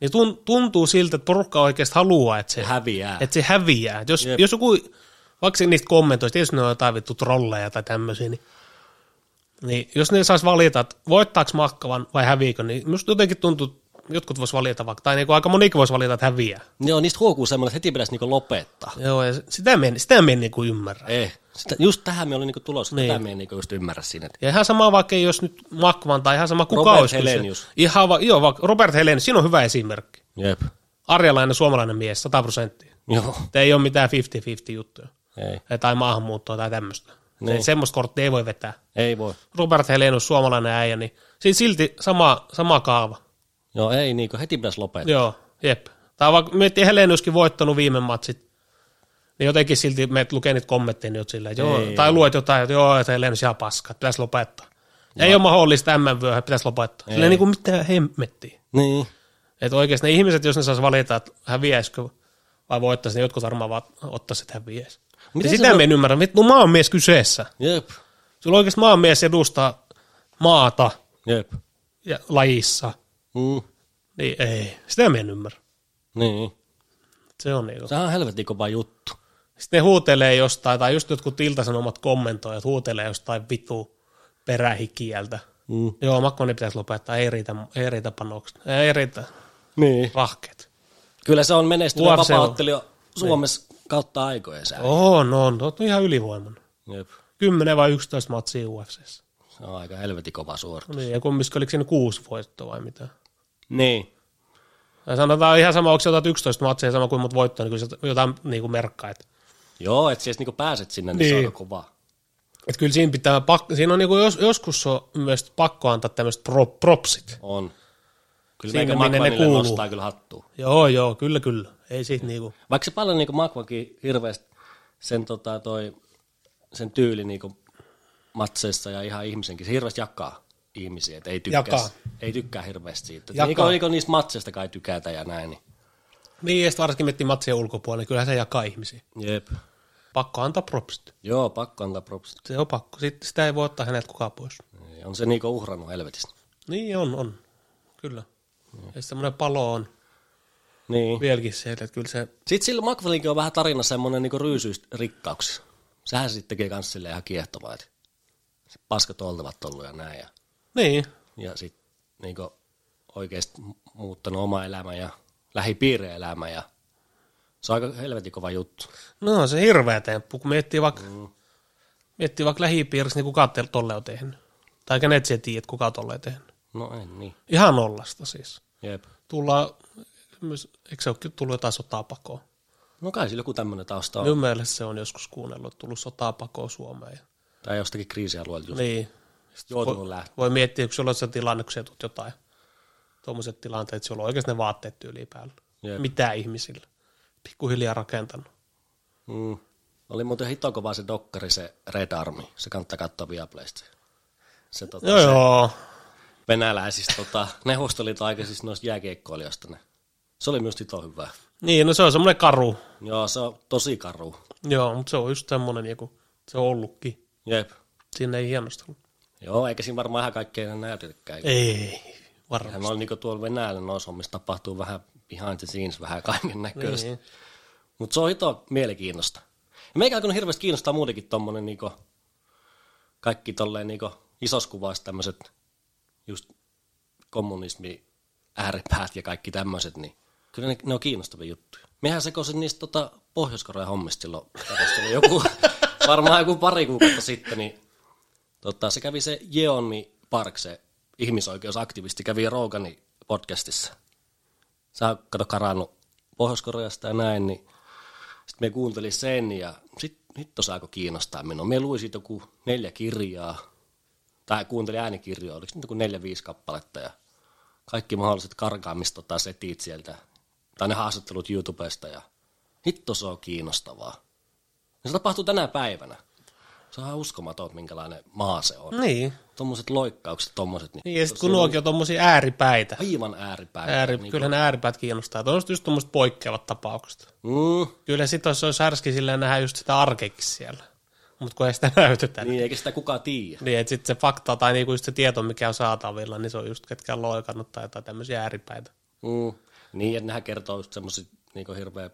niin tun- tuntuu siltä, että porukka oikeasti haluaa, että se, Häviää. Et, että se häviää. Et Jos, Jep. jos joku, vaikka se niistä kommentoista, tietysti ne on jotain vittu trolleja tai tämmöisiä, niin, niin jos ne saisi valita, että voittaako Makkavan vai häviikö, niin minusta jotenkin tuntuu, että jotkut vois valita vaikka, tai niinku aika monikin voisi valita, että häviää. Joo, niistä huokuu semmoinen, että heti pitäisi niin lopettaa. Joo, ja sitä me, en- sitä me en niinku ymmärrä. Ei. Sitä, just tähän me oli niin tulossa, niin. Niin. tätä me ei niin just ymmärrä siinä. Että, Ja ihan sama vaikka ei jos nyt Makvan tai ihan sama kuka Robert olisi. kyse. Helenius. Ihan va- joo, vaikka Robert Helenius, siinä on hyvä esimerkki. Jep. Arjalainen suomalainen mies, 100 prosenttia. Joo. Te ei ole mitään 50-50 juttuja. Ei. Tai maahanmuuttoa tai tämmöistä. Niin. Niin. Semmoista korttia ei voi vetää. Ei voi. Robert Helenus, suomalainen äijä, niin siinä silti sama, sama kaava. Joo, ei niin heti pitäisi lopettaa. Joo, jep. Tai vaikka miettii Helenuskin voittanut viime matsit, niin jotenkin silti meet lukee niitä kommentteja, niin oot silleen, että joo, Ei, tai luet jotain, että joo, että Helenus ihan paska, että pitäisi lopettaa. Ei ole mahdollista mm vyöhön, pitäisi lopettaa. Ei. Silleen niin kuin mitään hemmettiä. Niin. Että oikeasti ne ihmiset, jos ne saisi valita, että häviäisikö vai voittaisi, niin jotkut varmaan vaan ottaisi, että häviäisi. Miten Miten se sitä voi- me en ymmärrä. Vittu, maanmies kyseessä. Jep. Sulla oikeasti maanmies edustaa maata Jep. ja lajissa. Mm. Niin ei, sitä mä en ymmärrä. Niin. Se on niinku. Sehän on helvetin kova juttu. Sitten ne huutelee jostain, tai just jotkut iltasanomat kommentoijat huutelee jostain vitu perähikieltä. Mm. Joo, makkoni pitäisi lopettaa, ei riitä, ei riitä panokset, ei riitä Niin. rahkeet. Kyllä se on menestynyt UFC on- Niin. vapauttelija Suomessa kautta aikojen sää. Oo, no on, on ihan ylivoimainen. Jep. 10 vai 11 matsia UFCssä. Se on aika helvetin kova suoritus. No niin, ja kumminkin oliko siinä kuusi voittoa vai mitä? Niin. Tai sanotaan ihan sama, onko sä otat 11 matsia sama kuin mut voittoa, niin kyllä se jotain niin kuin merkkaa. Että Joo, että siis niinku pääset sinne, niin, se Niin. on kova. Et kyllä siinä pitää, pak- siinä on niinku jos, joskus on myös pakko antaa tämmöiset pro, propsit. On. Kyllä Siinä, meikä minne ne Makvanille kuuluu. nostaa kyllä hattua. Joo, joo, kyllä, kyllä. Ei siitä niinku, Vaikka se paljon niinku Makvankin hirveästi sen, tota, toi, sen tyyli niinku matseissa ja ihan ihmisenkin, se hirveästi jakaa ihmisiä, että ei tykkää, Jakaa. ei tykkää hirveästi siitä. Jakaa. Niinku, niinku niistä matseista kai tykätä ja näin. Niin. niin ja sit varsinkin miettii matsien ulkopuolella, niin kyllähän se jakaa ihmisiä. Jep. Pakko antaa propsit. Joo, pakko antaa propsit. Se on pakko. Sitten sitä ei voi ottaa häneltä kukaan pois. Niin, On se niinku uhrannut helvetistä. Niin on, on. Kyllä. Ja semmoinen palo on Niin. vieläkin siellä, että kyllä se, Sitten sillä Makvelinkin on vähän tarina semmoinen niinku ryysyys rikkauksissa. Sehän sitten tekee kans silleen ihan kiehtovaa, että se paskat oltavat ollut ja näin. Ja, niin, ja sitten niinku oikeasti muuttanut oma elämä ja lähipiirin elämä ja se on aika helvetin kova juttu. No on se hirveä temppu, kun miettii vaikka, mm. miettii vaikka lähipiirissä, niin kuka te- tolle on tehnyt. Tai kenet se tiedät, kuka tolle on tehnyt. No en niin. Ihan nollasta siis. Jep. Tullaan, myös- eikö se ole tullut jotain sotapakoa? No kai sillä joku tämmöinen tausta on. Minun mielestä se on joskus kuunnellut, että tullut sotapakoa Suomeen. Tai jostakin kriisialueelta just Niin. joutunut lähteä. Voi miettiä, kun sulla on se tilanne, kun sä tulet jotain. Tuommoiset tilanteet, että sulla on oikeasti ne vaatteet tyyliin päällä. Jep. Mitä ihmisillä? Pikkuhiljaa rakentanut. Mm. Oli muuten hito kova se dokkari, se Red Army. Se kannattaa katsoa Viaplaysta. Se, tota, Joo, se- joo. venäläisistä tota, Neuvostoliiton aikaisista noista jääkiekkoilijoista. Ne. Se oli myös ito hyvä. Niin, no se on semmoinen karu. Joo, se on tosi karu. Joo, mutta se on just semmoinen, joku, se on ollutkin. Jep. Siinä ei hienostellut. Joo, eikä siinä varmaan ihan kaikkea enää näytetäkään. Ei, varmaan. Hän on niinku tuolla Venäjällä noissa hommissa tapahtuu vähän behind the scenes, vähän kaiken näköistä. Niin. Niin. Mutta se on hito mielenkiinnosta. Ja meikä alkanut hirveästi kiinnostaa muutenkin tommonen niinku, kaikki tolleen niinku isossa kuvassa tämmöset just kommunismi ääripäät ja kaikki tämmöiset, niin Kyllä ne, ne on kiinnostavia juttuja. Mehän sekoisin niistä tota, Pohjois-Korean hommista silloin. tarkastelin joku, varmaan joku pari kuukautta sitten, niin tota, se kävi se Jeonni Park, se ihmisoikeusaktivisti, kävi Roganin podcastissa. Sä oot, kato karannut Pohjois-Koreasta ja näin, niin sitten me kuuntelin sen ja sitten hitto saako kiinnostaa minua. Me luin siitä joku neljä kirjaa, tai kuuntelin äänikirjoja, oliko niitä joku neljä, viisi kappaletta ja kaikki mahdolliset karkaamista tai setit sieltä, tai ne haastattelut YouTubesta ja hitto se on kiinnostavaa. Ja se tapahtuu tänä päivänä. Se on ihan uskomaton, minkälainen maa se on. Niin. Tuommoiset loikkaukset, tommoset, niin, Niin, ja sitten kun nuokin on tommosia ääripäitä. aivan ääripäin. Ääri, niin kyllähän ne ääripäät kiinnostaa. Tuollaiset just tuommoiset poikkeavat tapaukset. Mm, Kyllä sit olisi, olisi härski silleen nähdä just sitä arkeekin siellä. Mutta kun ei sitä näytetä. Niin. niin eikä sitä kukaan tiedä. Niin, että sitten se fakta tai niinku just se tieto, mikä on saatavilla, niin se on just ketkä on loikannut tai jotain tämmöisiä ääripäitä. Mm. Niin, että nehän kertoo just semmoisia niin hirveä,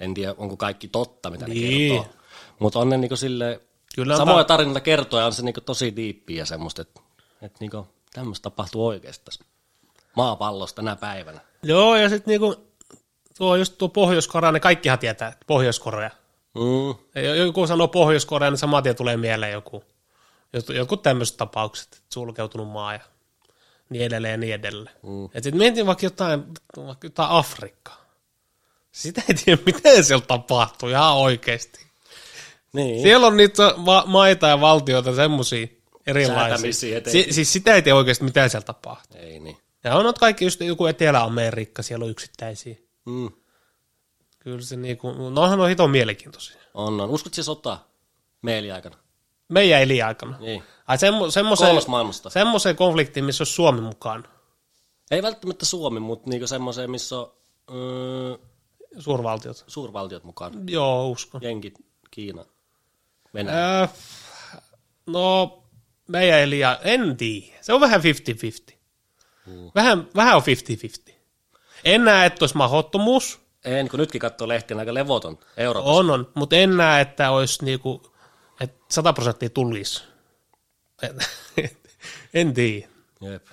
en tiedä onko kaikki totta, mitä Niin. ne kertoo. Mutta on ne niin sille Kyllä Kyllä on samoja tarinoita kertoja, on se niin tosi diippiä ja semmoista, että et niin tämmöistä tapahtuu oikeasti tässä maapallossa tänä päivänä. Joo, ja sitten niinku, tuo just tuo Pohjois-Korea, ne kaikkihan tietää, että Pohjois-Korea. Mm. Ja Joku sanoo Pohjois-Korea, niin saman tien tulee mieleen joku. jot- Jotkut tämmöiset tapaukset, että sulkeutunut maa ja niin edelleen ja niin edelleen. Mm. Ja sitten mietin vaikka jotain, vaikka jotain Afrikkaa. Sitä ei tiedä, miten siellä tapahtuu ihan oikeasti. Niin. Siellä on niitä ma- maita ja valtioita semmoisia erilaisia. Säätämisiä Si- etenkin. siis sitä ei tiedä oikeasti, mitä siellä tapahtuu. Ei niin. Ja on noita kaikki just joku Etelä-Amerikka, siellä on yksittäisiä. Mm. Kyllä se niinku, nohan on hito mielenkiintoisia. On, on. Uskot se sota meidän aikana? Meidän elinaikana. Niin. Ai semmo, semmoiseen, Kolmas maailmasta. semmoiseen konfliktiin, missä olisi Suomi mukaan Ei välttämättä Suomi, mutta niinku semmoiseen, missä on mm, suurvaltiot. suurvaltiot mukaan. Joo, uskon. Jenkit, Kiina, Venäjä. Äh, no, meidän elia, en tiedä. Se on vähän 50-50. Mm. Vähän, vähän on 50-50. En näe, että olisi mahdottomuus. En, kun nytkin katsoo lehtiä, on aika levoton Eurooppa. On, on. Mutta en näe, että olisi niinku, että 100 prosenttia tulisi. En, en tiedä. Jep.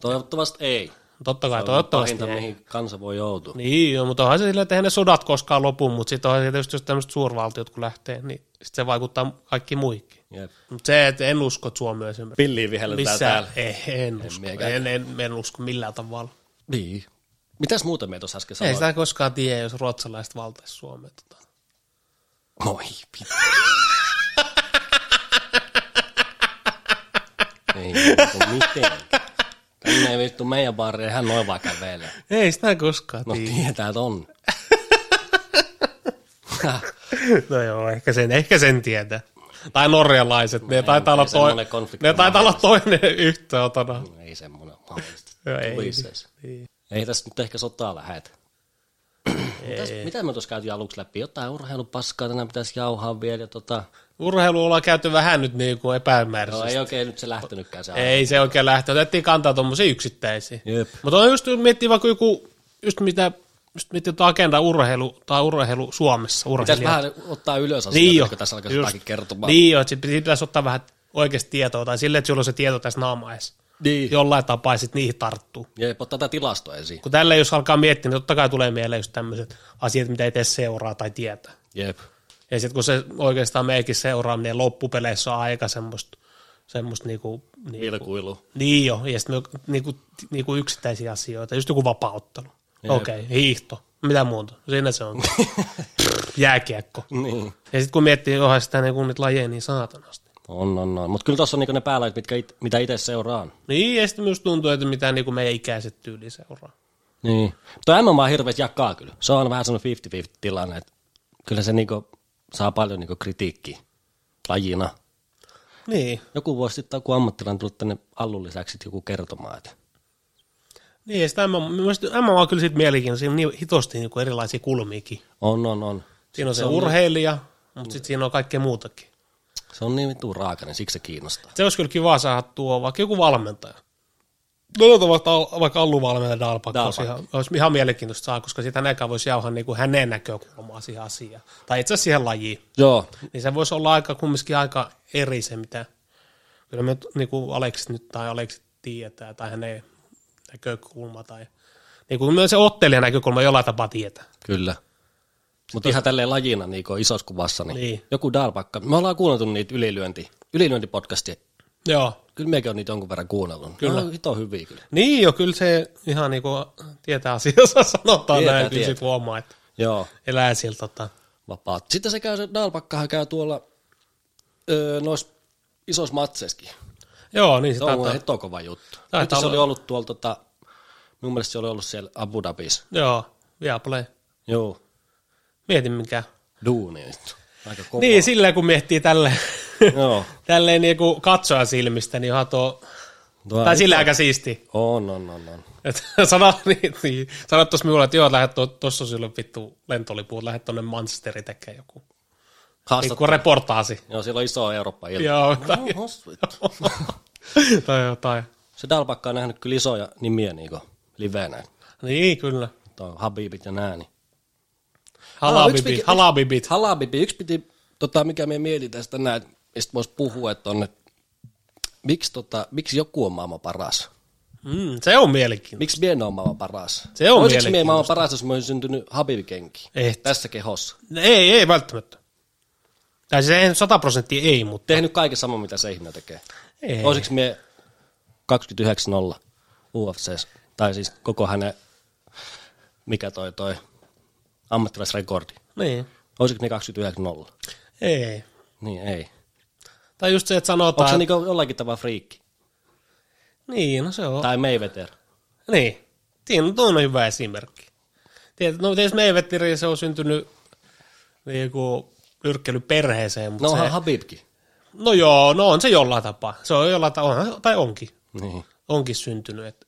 Toivottavasti ei. Totta kai, toivottavasti Pahinta, ei. mihin kansa voi joutua. Niin, joo, mutta onhan se silleen, että eihän ne sodat koskaan lopu, mutta sitten onhan se tietysti, jos tämmöiset suurvaltiot kun lähtee, niin sitten se vaikuttaa kaikki muihinkin. Jep. Mutta se, että en usko, että Suomi on esimerkiksi Pilliin vihelletään missään, täällä. ei, en usko, en, miekään. en, en, en usko millään tavalla. Niin. Mitäs muuta me tuossa äsken Ei sanoit? sitä koskaan tiedä, jos ruotsalaiset valtaisi Suomea. Tota. Moi. vittu. ei niinku mitenkään. Tänne ei vittu meidän baariin, hän noin vaan kävelee. Ei sitä koskaan No tiedä. tietää, että on. No joo, ehkä sen, ehkä sen tietää. Tai norjalaiset, ne taitaa, olla, ei toi, semmoinen konflikti ne taitaa olla toinen yhtäotana. ei semmoinen mahdollista. No ei. Niin. Tulisi edes. Ei tässä nyt ehkä sotaa lähetä. Mitäs, mitä me tuossa käytiin aluksi läpi? Jotain urheilupaskaa tänään pitäisi jauhaa vielä. Ja tota, Urheilu ollaan käyty vähän nyt niin kuin no, epämääräisesti. ei oikein nyt se lähtenytkään se aihe. Ei se oikein lähtö. Otettiin kantaa tuommoisiin yksittäisiin. Jep. Mutta on just miettiä vaikka joku, just mitä, just miettiä jotain agenda urheilu tai urheilu Suomessa. Pitäisi Urheilijat. vähän ottaa ylös asioita, Niin niin jo. kun tässä alkaa Just. jotakin kertomaan. Niin jo, että sit pitä- pitäisi ottaa vähän oikeasti tietoa tai silleen, että sulla on se tieto tässä naamaessa. niin. Jollain tapaa sitten niihin tarttuu. Ja ottaa tätä tilastoa esiin. Kun tälle jos alkaa miettiä, niin totta kai tulee mieleen just tämmöiset asiat, mitä ei tee seuraa tai tietää. Jep. Ja sitten kun se oikeastaan meikin seuraaminen loppupeleissä on aika semmoista, semmoista niinku, niinku Vilkuilu. Niin jo, ja sitten niinku, niinku yksittäisiä asioita, just joku vapauttelu. Okei, okay, hiihto. Mitä muuta? Siinä se on. Jääkiekko. Niin. Ja sitten kun miettii, onhan sitä niinku niitä lajeja niin saatanasti. On, on, on. Mutta kyllä tuossa on niinku ne päälait, mitkä it, mitä itse seuraan. Niin, ja sitten myös tuntuu, että mitä niinku meidän ikäiset tyyli seuraa. Niin. Tuo MM on hirveästi jakaa kyllä. Se on vähän semmoinen 50-50 tilanne. Että kyllä se niinku saa paljon niinku kritiikkiä lajina. Niin. Joku voisi sitten joku ammattilainen tulla tänne allun lisäksi sit joku kertomaan, että Niin, ja sitä MMA, mielestäni MMA on kyllä siitä mielenkiintoista, siinä on niin hitosti niinku erilaisia kulmiikin. on, on, on. Siinä on se, urheilija, mutta sitten siinä on kaikkea muutakin. Se on niin vittu raakainen, siksi se kiinnostaa. Se olisi kyllä kiva saada tuo vaikka joku valmentaja. No otetaan vaikka, Al- vaikka Allu valmentaja Dalpak, olisi Dalpak. ihan, olisi ihan mielenkiintoista saa, koska siitä hänekään voisi jauhaa niin kuin hänen näkökulmaa siihen asiaan. Tai itse asiassa siihen lajiin. Joo. Niin se voisi olla aika kumminkin aika eri se, mitä kyllä niinku me nyt, niin kuin Aleksi nyt tai Aleksi tietää tai hänen näkökulma tai niin kuin myös se ottelijan näkökulma jollain tapaa tietää. Kyllä. Mutta ihan tälleen lajina niin kuin isossa kuvassa, niin, Niin. niin. joku darpakka. Me ollaan kuunneltu niitä ylilyönti, ylilyöntipodcastia. Joo. Kyllä mekin on niitä jonkun verran kuunnellut. Kyllä. Kyllä. No, hito hyviä kyllä. Niin jo, kyllä se ihan niin kuin tietää asiansa sanotaan tietää, Tietää, näin, kyllä tietää. sit huomaa, että Joo, elää sillä tota. vapaat. Sitten se käy, se darpakkahan käy tuolla öö, noissa isoissa matseissakin. Joo, niin se Tuo on taitaa. hito kova juttu. Taitaa Nyt se olla- oli ollut tuolla, tota, mun mielestä se oli ollut siellä Abu Dhabissa. Joo, Viaplay. Joo, Mietin mikä. duuni nyt. Aika kova. Niin, sillä kun miettii tälleen, Joo. tälleen niin kuin katsoja silmistä, niin ihan tuo, Tuo- tai sillä aika siisti. On, on, on, on. Et Sano, niin, niin, sanot tuossa minulle, että joo, lähet tuo- tuossa on silloin vittu lentoliput, lähet tuonne Manchesteri tekee joku. Haastat. Pikku reportaasi. Joo, siellä on iso No, Eurooppa-ilta. Joo, tai, Oho, vittu. tai jotain. Se Dalbakka on nähnyt kyllä isoja nimiä niinku liveenä. Niin, kyllä. Tuo Habibit ja nää. Niin. Ah, yksi Halabibit, piti- halabibit. Halabibi, yksi piti, tota, mikä me mieli tästä näin, mistä voisi puhua, että on, että miksi, tota, miksi joku on maailman paras? Mm, se on mielenkiintoista. Miksi mie en ole maailman paras? Se Olisiko mie on mielenkiintoista. maailman paras, jos mä olisin syntynyt Habibikenkiin? Et. Tässä kehossa. Ei, ei välttämättä. Tai siis eihän 100 prosenttia ei, mutta Tehnyt kaiken saman, mitä se ihminen tekee. ei. Olisiko mie 29-0 UFC, tai siis koko hänen, mikä toi toi, ammattilaisrekordi. Niin, Olisiko ne 29-0? ei. Niin ei. Tai just se, että Onko se sanotaan, niin, niinku jollakin tavalla friikki? niin no se on. Tai... Tai Mayweather? Niin, siinä on toinen hyvä esimerkki. Tiedät, no tietysti Mayweather, se on syntynyt niin kuin nyrkkeilyperheeseen, mutta No no, onhan se, Habibkin. no joo, no on se jollain tapaa. Se on jollain tapaa, onhan- tai onkin, Niin. onkin syntynyt. Et,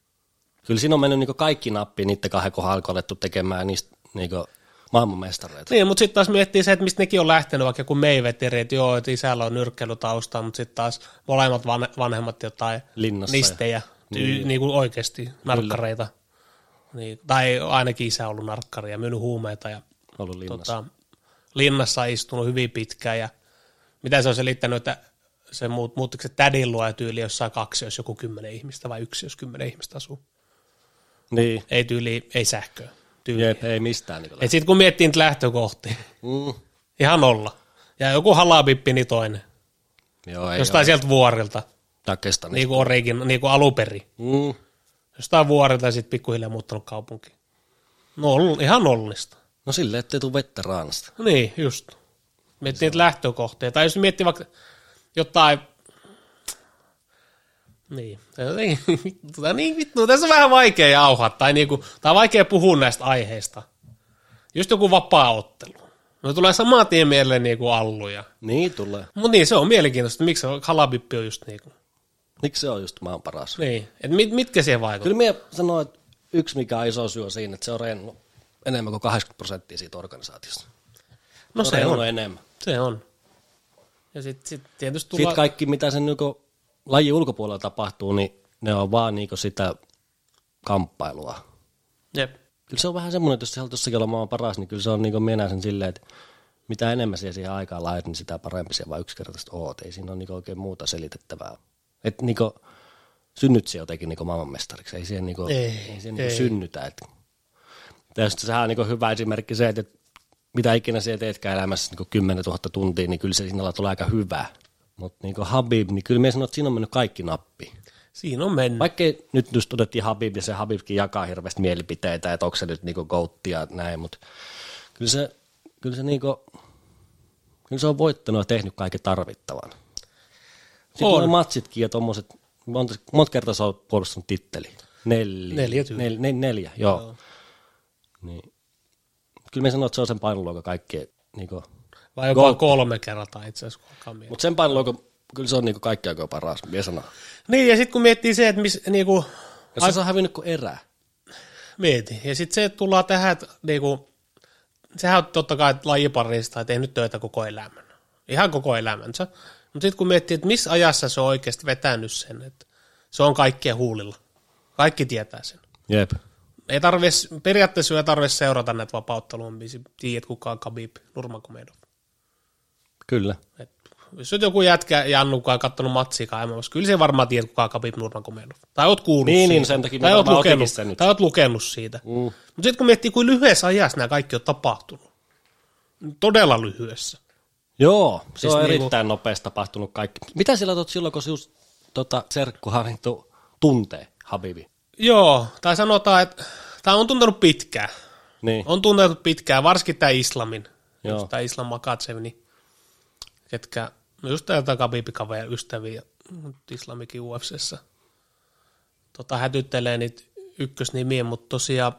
Kyllä siinä on mennyt niinku kaikki nappiin niiden kahden kohdalla alkoi alettu tekemään niistä niinku maailmanmestareita. Niin, mutta sitten taas miettii se, että mistä nekin on lähtenyt, vaikka joku Mayweatheri, että joo, että isällä on nyrkkeilytaustaa, mutta sitten taas molemmat van, vanhemmat jotain Linnassa ja- nistejä, niin. niin kuin oikeasti narkkareita. Niin, tai ainakin isä on ollut narkkari ja myynyt huumeita ja Ollut linnassa. tota, linnassa istunut hyvin pitkään ja mitä se on selittänyt, että se muut, muuttiko se tädin luo ja tyyli jossain kaksi, jos joku kymmenen ihmistä vai yksi, jos kymmenen ihmistä asuu. Niin. Ei tyyli, ei sähköä. Tyyli. Jep, ei mistään. Niinku. Et sitten kun miettii niitä lähtökohtia, Mm. Ihan olla. Ja joku halabippi, niin toinen. Joo, ei Jostain Jostain... sieltä vuorilta, Takesta. Niin. niin kuin, origin, niin kuin aluperi. Mm. Jostain vuorilta ja sitten pikkuhiljaa muuttanut kaupunkiin. No on ihan nollista. No silleen, ettei tule veteraanista. Niin, just. Miettii niitä lähtökohtia. Tai jos miettii vaikka jotain... Niin. Ei, Tota niin vittu, tässä on vähän vaikea jauhaa. Tai, niinku, tai vaikea puhua näistä aiheista. Just joku vapaa-ottelu. No tulee saman tien mieleen niinku alluja. Niin tulee. Mutta niin, se on mielenkiintoista, miksi se halabippi on just niin kuin. Miksi se on just maan paras? Niin, et mit, mitkä siihen vaikuttavat? Kyllä minä sanoin, että yksi mikä on iso syy on siinä, että se on reenannut enemmän kuin 80 prosenttia siitä organisaatiosta. No Se on se on, reenannut enemmän. se on. Ja sitten sit tietysti Sitten tullaan, kai... kaikki, mitä sen niinku laji ulkopuolella tapahtuu, niin ne on vaan niinku sitä kamppailua. jep, Kyllä se on vähän semmoinen, että jos se haluaa tossakin olla maailman paras, niin kyllä se on niinku minä näen sen silleen, että mitä enemmän siellä siihen aikaan laitat, niin sitä parempi se vaan yksinkertaisesti oot. Ei siinä ole niinku oikein muuta selitettävää. Että niinku, synnyt se jotenkin niinku maailmanmestariksi. Ei siihen, niinku, Ei, ei, ei siihen ei. niinku synnytä. Et. Tästä sehän on niinku hyvä esimerkki se, että että mitä ikinä siellä teetkään elämässä niinku 10 000 tuntia, niin kyllä se sinulla tulee aika hyvä. Mutta niinku Habib, niin kyllä minä sanon, että siinä on mennyt kaikki nappi. siinä on mennyt. Vaik... Vaikkei nyt just otettiin Habib ja se Habibkin jakaa hirveästi mielipiteitä, että onko se nyt niinku gouttia ja näin, mutta kyllä se, kyllä se, niinku, kyllä se on voittanut ja tehnyt kaiken tarvittavan. Sitten On. on. matsitkin ja tommoset, monta, monta kertaa se on puolustanut titteli. Neljä. Neljä tyyli. Nel, nel, neljä, joo. joo. Niin. Kyllä me sanon, että se on sen painoluokan kaikkea. Niinku. Vai jopa kolme kertaa itse asiassa, kun alkaa miettiä. Mutta sen painoluokan, kyllä se on niinku kaikki aikojen paras, minä sanon. Niin, ja sitten kun miettii se, että miss, niinku, Jos se on hävinnyt kuin erää. mieti. Ja sitten se, että tullaan tähän, että niinku, sehän on totta kai lajiparista ja tehnyt töitä koko elämän. Ihan koko elämänsä. Mutta sitten kun miettii, että missä ajassa se on oikeasti vetänyt sen, että se on kaikkien huulilla. Kaikki tietää sen. Jep. ei tarvi, periaatteessa ei tarvi seurata näitä vapautteluhommia, sä tiedät kuka on Khabib Nurmagomedov. Kyllä. Et Jos olet joku jätkä Jannu, kuka on kattonut matsia kaimassa, kyllä se varmaan tiedät, kuka on Khabib Nurmagomedov. Tai oot kuullut Niin, siitä. niin, sen takia mä tai oot varmaan lukenut, otinkin sen nyt. tai oot lukenut siitä. Mm. Mutta sitten kun miettii, kuin lyhyessä ajassa nämä kaikki on tapahtunut. Todella lyhyessä. Joo, se siis on niinku- erittäin nopeasti tapahtunut kaikki. Mitä sillä tot silloin, kun just tota, serkkuhan niin tu- tuntee Habibi? Joo, tai sanotaan, että tämä on tuntenut pitkään. Niin, On tuntenut pitkään, varsinkin tämä islamin. Joo. Just tämä islam Makatsev, niin ketkä, no just tämä kabibikaveja ystäviä nyt islamikin UFCssä. Tota hätyttelee niitä ykkösnimiä, mutta tosiaan,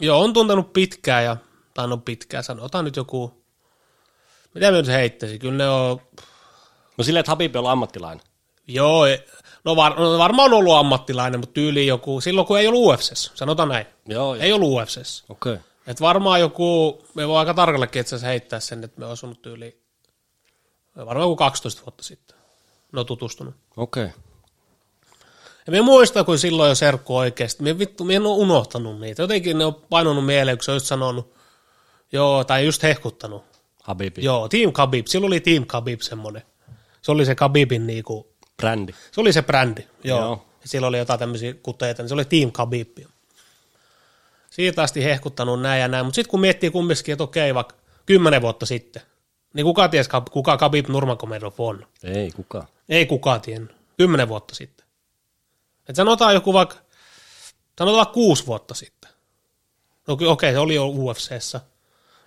joo, on tuntenut pitkään ja, tai no pitkään, sanotaan nyt joku, mitä mä nyt heittäisin, kyllä ne on no silleen, että Habibi on ammattilainen. Joo, e- no, var, no varmaan on ollut ammattilainen, mutta tyyli joku, silloin kun ei ollut UFCs, sanotaan näin, Joo, ei ollut UFCs. okei. Okay. Et varmaan joku, me voi aika tarkallekin itse asiassa heittää sen, että me on asunut tyyli, varmaan joku 12 vuotta sitten, no tutustunut. Okei. Okay. Ja me muistan, kun silloin jo serkku oikeasti, me vittu, me en ole unohtanut niitä, jotenkin ne on painunut mieleen, kun se on just sanonut, joo, tai just hehkuttanut, Niin. Habibi. joo, Team Khabib, silloin oli Team Khabib semmoinen, se oli se Khabibin niinku, Brändi. Se oli se brändi, joo. Joo. joo. Sillä oli jotain tämmöisiä kuteita, niin se oli Team Khabib. Siitä asti hehkuttanut näin ja näin, mutta sitten kun miettii kumminkin, että okei, vaikka kymmenen vuotta sitten, niin kuka ties, kuka Khabib Nurmagomedov on? Ei kukaan. Ei kukaan tiennyt. Kymmenen vuotta sitten. Et sanotaan joku vaikka, sanotaan vaikka kuusi vuotta sitten. No ky- okei, se oli jo UFCssä.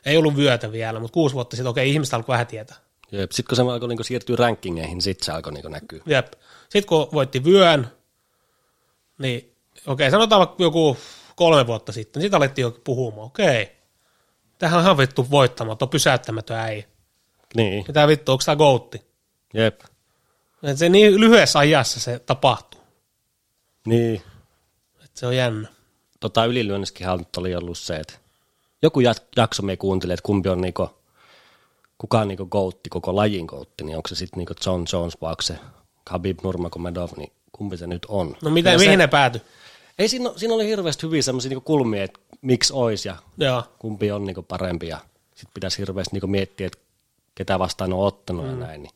Ei ollut vyötä vielä, mutta kuusi vuotta sitten, okei, ihmiset alkoi vähän tietää. Jep. Sitten kun se alkoi niinku siirtyä rankingeihin, niin sitten se alkoi niinku näkyä. Jep. Sitten kun voitti vyön, niin okei, sanotaan vaikka joku kolme vuotta sitten, niin siitä alettiin jo puhumaan, okei, tähän on ihan vittu voittamaton, pysäyttämätön äijä. Niin. Mitä vittu, onko tämä goutti? Jep. Et se niin lyhyessä ajassa se tapahtuu, Niin. että se on jännä. Tota ylilyönnissäkinhän nyt oli ollut se, että joku jat- jakso me kuuntelee, että kumpi on niinku, kuka on niinku goutti, koko lajin goutti, niin onko se sitten niinku John Jones vai onko se Khabib Nurmagomedov, niin kumpi se nyt on? No mitä, Ja mihin se, ne pääty? Ei, siinä, siinä oli hirveästi hyviä semmoisia niinku kulmia, että miksi ois ja Joo, kumpi on niinku parempi ja sitten pitäisi hirveästi niinku miettiä, että ketä vastaan on ottanut mm. ja näin. Niin.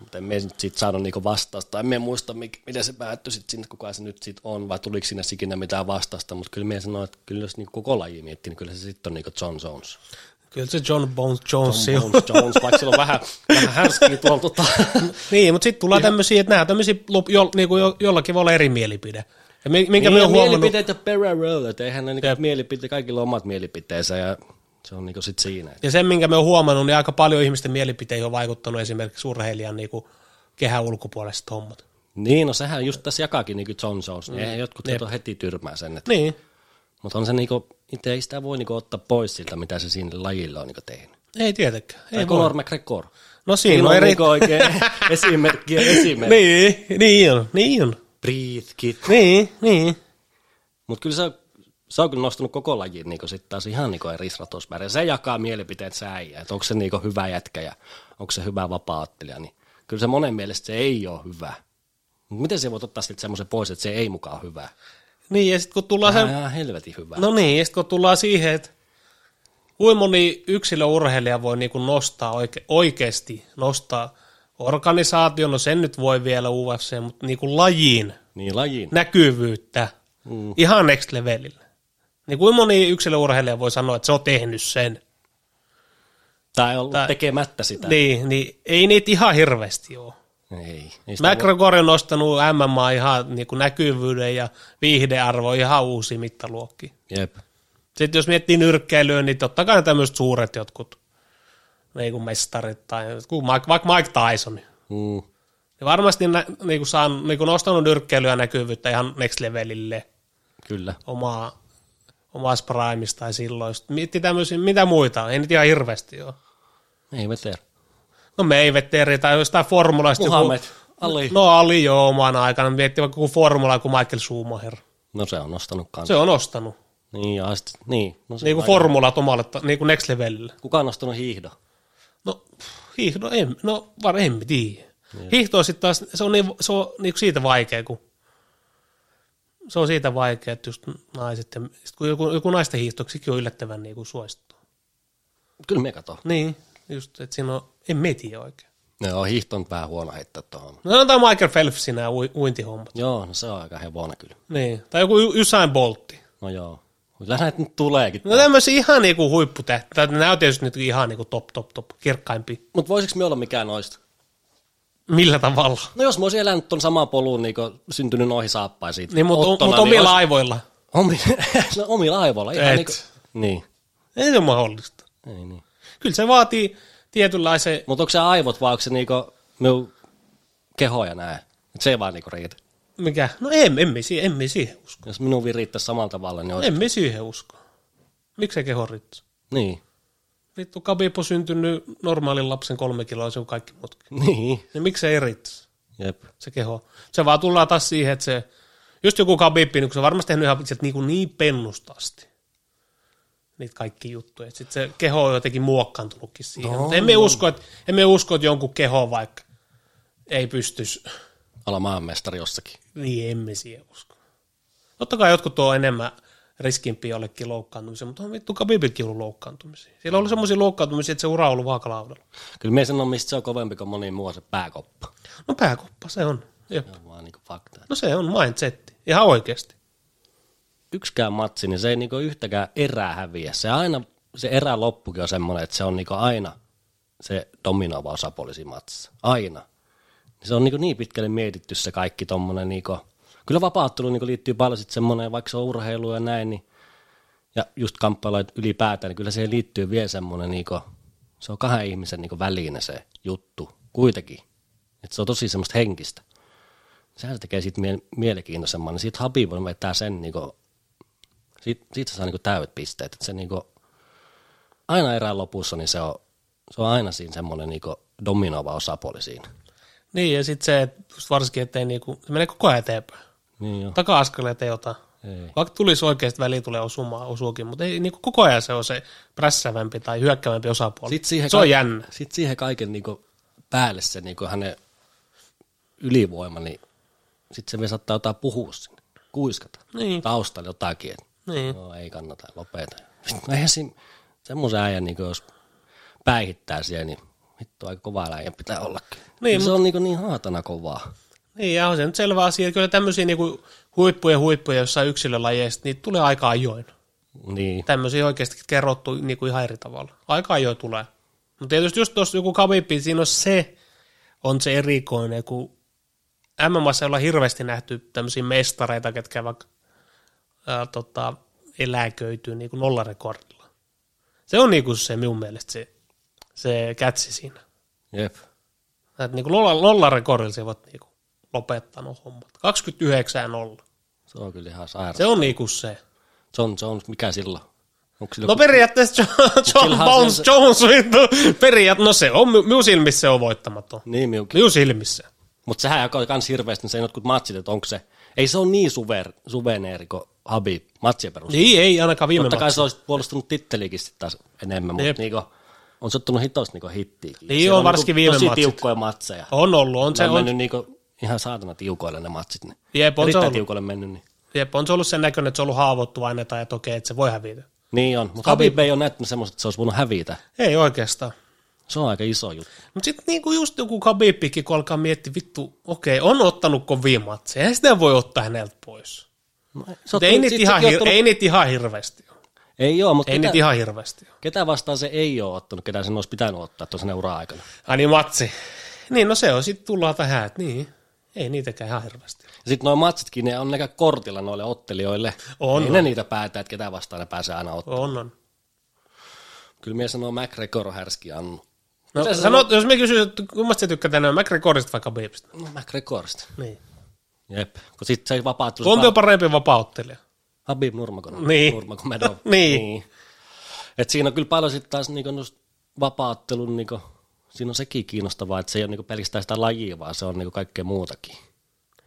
Mutta en me nyt siitä saanut niinku vastausta. En me muista, mik- miten se päättyi sitten sinne, kuka se nyt sit on, vai tuliko siinä ikinä mitään vastausta. Mutta kyllä me sanoin, että kyllä jos niinku koko laji miettii, niin kyllä se sitten on niinku John Jones. kyllä se John Bones Jones on. Jones, Jones, vaikka sillä on vähän, vähän härskiä tuolla. Tota. Niin, mutta sitten tullaan tämmöisiä, että nämä on tämmöisiä, lop- jo, niinku jo, jollakin voi olla eri mielipide. Ja mi- minkä niin, Niin, me ja on huomannut, mielipiteet ja parallel, että eihän ne niinku mielipiteet, kaikilla on omat mielipiteensä ja se on niinku sit siinä. että- Ja sen, minkä me on huomannut, niin aika paljon ihmisten mielipiteihin on vaikuttanut esimerkiksi urheilijan niin kuin kehän ulkopuoliset hommat. Niin, no sehän just tässä jakaakin niinku John Jones, Mm. niin eihän jotkut kato heti tyrmää sen, että Niin. Mutta on se niinku, itse ei sitä voi niinku ottaa pois siltä, mitä se siinä lajilla on niinku tehnyt. Ei tietenkään. Ei Ei Conor McGregor. No siinä Siinä on on eri... niinku oikein esimerkki ja esimerkki. Niin, niin on, niin on. Breathe kid. Niin, niin. Mutta kyllä se on, se on kyllä nostanut koko lajin niinku sit taas ihan niinku eri ratosmääriä. Se jakaa mielipiteet se äijä, että onko se niinku hyvä jätkä ja onko se hyvä vapaa-ottelija. Niin kyllä se monen mielestä se ei ole hyvä. Mut miten se voi ottaa sitten semmoisen pois, että se ei mukaan ole hyvä? Niin, ja sitten kun tullaan Se sen... on ihan helvetin hyvä. No niin, ja sitten kun tullaan siihen, että kuinka moni yksilöurheilija voi niinku nostaa oike- oikeasti, nostaa organisaation, no sen nyt voi vielä UFC, mutta niinku lajiin Niin lajiin. näkyvyyttä mm. ihan next levelillä. Niin kuin moni yksilöurheilija voi sanoa, että se on tehnyt sen. Tai ollut Tää- tekemättä sitä. Niin, niin ei niitä ihan hirveästi ole. Ei. ei sitä McGregor on nostanut MMA ihan niin kuin näkyvyyden ja viihdearvo ihan uusi mittaluokki. voi- Jep. Sitten jos miettii nyrkkeilyä, niin totta kai tämmöiset suuret jotkut niin kuin mestarit tai jotkut Mike, vaikka Mike Tyson. Mm. Niin varmasti nä, niin kuin saan, niin kuin nostanut nyrkkeilyä ja näkyvyyttä ihan next levelille. Kyllä. omaa, omaa Primeista tai silloin. Sitten mietti tämmöisiä, mitä muita, ei nyt ihan hirveästi ole. Ei me tiedä. No Mayweatheri tai jostain formulaista. Muhammed, Joku, Ali. No Ali jo oman aikana, mietti vaikka joku formula kuin Michael Schumacher. No se on nostanut kanssa. Se on ostanut. Niin, ja sit, niin. No se on Niin kuin aika- formulat omalle, ta- niin kuin next levelille. Kuka on nostanut hiihdo? No, pff, hiihdo, en, no var, en mä tiedä. Niin. Hiihto on sitten taas, se on, niin, se on niin siitä vaikea, kun se on siitä vaikea, että just naiset, ja, sit kun joku, joku naisten hiihtoksikin on yllättävän niin kuin suosittu. Kyllä me kato. Niin, just, että siinä on, en mä tiedä oikein. Ne on hiihtonut vähän huono heittää tuohon. No sanotaan Michael Phelpsin nämä u- uintihommat. Joo, no se on aika hevona kyllä. Niin. Tai joku U- Usain Boltti. No joo. Kyllä näitä nyt tuleekin. No tämmöisiä ihan niinku huipputähtiä. Tai nämä on tietysti nyt ihan niinku top, top, top, kirkkaimpia. Mutta voisiko me olla mikään noista? Millä tavalla? No jos mä olisin elänyt ton saman polun, niin kuin syntynyt noihin saappaisiin. Niin, mutta ottona, mut omilla olis- aivoilla. Omi, no, omilla aivoilla. Ihan Et. niinku, niin. Ei se ole mahdollista. Ei niin. Kyllä se vaatii tietynlaisen... Mutta onko se aivot vai onko se niinku minun keho ja näin? Et se ei vaan niinku riitä. Mikä? No em, emme, siihen, emme siihen usko. Jos minun virittäisi samalla tavalla, niin olisi. Emme siihen usko. Miksi se keho ritsu? Niin. Vittu, Kabipo syntynyt normaalin lapsen kolme kiloa, se on kaikki muutkin. Niin. Niin miksi se ei ritsu? Jep. se keho. Se vaan tullaan taas siihen, että se, just joku kabippi, niin kun se on varmasti tehnyt ihan sieltä niin, kuin niin pennusta asti niitä kaikki juttuja. Sitten se keho on jotenkin muokkaantunutkin siihen. No, Mutta emme, usko, että, emme usko, että jonkun keho vaikka ei pystyisi, Olla maanmestari jossakin. niin emme siihen usko. Totta kai jotkut tuo enemmän riskimpiä jollekin loukkaantumisia, mutta on vittu Kabibikin ollut loukkaantumisia. Siellä oli semmoisia loukkaantumisia, että se ura on ollut vaakalaudalla. Kyllä me sanon, mistä se on kovempi kuin moni muu on se pääkoppa. No pääkoppa se on. Jep. Se on vaan niinku fakta. No se on mindset. Ihan oikeasti. yksikään matsi, niin se ei niinku yhtäkään erää häviä. Se aina, se erä loppukin on semmoinen, että se on niinku aina se dominoiva osapuoli siinä matsissa. Aina. Se on niinku niin pitkälle mietitty se kaikki tommonen niinku, kyllä vapaatteluun niinku liittyy paljon sit semmoinen, vaikka se on urheilu ja näin, niin, ja just kamppailu ylipäätään, niin kyllä siihen liittyy vielä semmoinen niinku, se on kahden ihmisen niinku väline se juttu, kuitenkin. Et se on tosi semmoista henkistä. Sehän se tekee siitä mie- mielenkiintoisemman, niin siitä Habib voi vetää sen niinku siitä, siitä se saa niinku täydet pisteet. Et se niinku, aina erään lopussa niin se on, se on aina siinä semmoinen niinku dominoiva osapuoli siinä. Niin, ja sitten se, että just varsinkin, ettei niinku, se menee koko ajan eteenpäin. Niin joo. Taka-askeleet ei ota. Ei. Vaikka tulisi oikeasti väli tulee osumaan, osuukin, mutta ei, niinku koko ajan se on se prässävämpi tai hyökkäävämpi osapuoli. Sit siihen se ka- on jännä. Sitten siihen kaiken niinku päälle se niinku hänen ylivoima, niin sitten se vielä saattaa jotain puhua sinne, kuiskata Niin, taustalle jotakin, että niin. no, ei kannata, lopeta. Vittu, eihän siinä semmoisen äijän, niin jos päihittää siellä, niin vittu aika kova äijän pitää ollakin. Niin, se on niinku niin haatana kovaa. Niin, ja on se nyt selvä asia. että Kyllä tämmöisiä niinku huippuja huippuja jossain yksilölajeista, niitä tulee aika ajoin. Niin. Tämmöisiä oikeasti kerrottu niinku ihan eri tavalla. Aika ajoin tulee. Mutta tietysti just tuossa joku kavipi, siinä on se, on se erikoinen, kun MMAssa ei olla hirveästi nähty tämmöisiä mestareita, ketkä vaikka ää, tota, eläköityy niin kuin nollarekordilla. Se on niin kuin se minun mielestä se, se kätsi siinä. Jep. Että niin kuin nolla, nollarekordilla se voit niin kuin lopettanut hommat. 29-0. Se on kyllä ihan sairaan. Se on niin kuin se. John Jones, mikä sillä on? Onko sillä No periaatteessa John, John Sillähän Bones se- Jones vittu. Periaatteessa, no se on, mi- minun silmissä se on voittamaton. Niin miukin. Minun silmissä. Mutta sehän jakoi kans hirveästi sen jotkut matsit, että onko se. Ei se ole niin suver, suveneeri kuin Habib matsien perusteella. Niin ei ainakaan viime Totta matsi. kai se olisi puolustunut titteliäkin sitten taas enemmän, mutta Jep. niinku, on se ottanut hitosti niinku hittiä. niinku Niin on, varsinkin viime tosi matsit. tiukkoja matseja. On ollut, on Se se, on, on, mennyt niinku ihan saatana tiukoille ne matsit. Niin. jep, on se Erittäin ollut, tiukoille mennyt. Niin, jep, on se ollut sen näköinen, että se on ollut haavoittuvainen tai että okei, että se voi hävitä. niin on, mutta Habib ei ole näyttänyt semmoista, että se olisi voinut hävitä. Ei oikeastaan. Se on aika iso juttu. Mutta sitten niinku just joku Khabibikki, kun alkaa miettiä, vittu, okei, on ottanut kovia matseja, eihän sitä voi ottaa häneltä pois. No, se on Mut ei tullut- niitä sit ihan, sekin on hir- tullut- ei niitä ihan hirveästi ole. Ei ole, mutta Ei niitä ihan hirveästi ole. Ketä vastaan se ei ole ottanut, ketä sen olisi pitänyt ottaa tuossa hänen ura-aikana. Ai niin, matsi. Niin, no se on, sitten tullaan tähän, että niin, ei niitäkään ihan hirveästi ole. Sitten nuo matsitkin, ne on näkä kortilla noille ottelijoille. On, ei on. ne niitä päätä, että ketä vastaan ne pääsee aina ottamaan. On, on. Kyllä minä sanoo McGregor härski Annu. No, Mitä sä sanot, jos mä kysyn, että kummasta sä tykkäät enemmän, McGregorista vai Khabibista? No McGregorista. Niin. Jep. Kun sitten se vapaat tuli. Kumpi on parempi vapauttelija? Habib Nurmagomedov. Niin. Nurmagomedov. Niin. Et siinä on kyllä paljon sitten taas niinku noista vapaattelun, niinku, siinä on sekin kiinnostavaa, että se ei ole niinku pelkästään sitä lajia, vaan se on niinku kaikkea muutakin.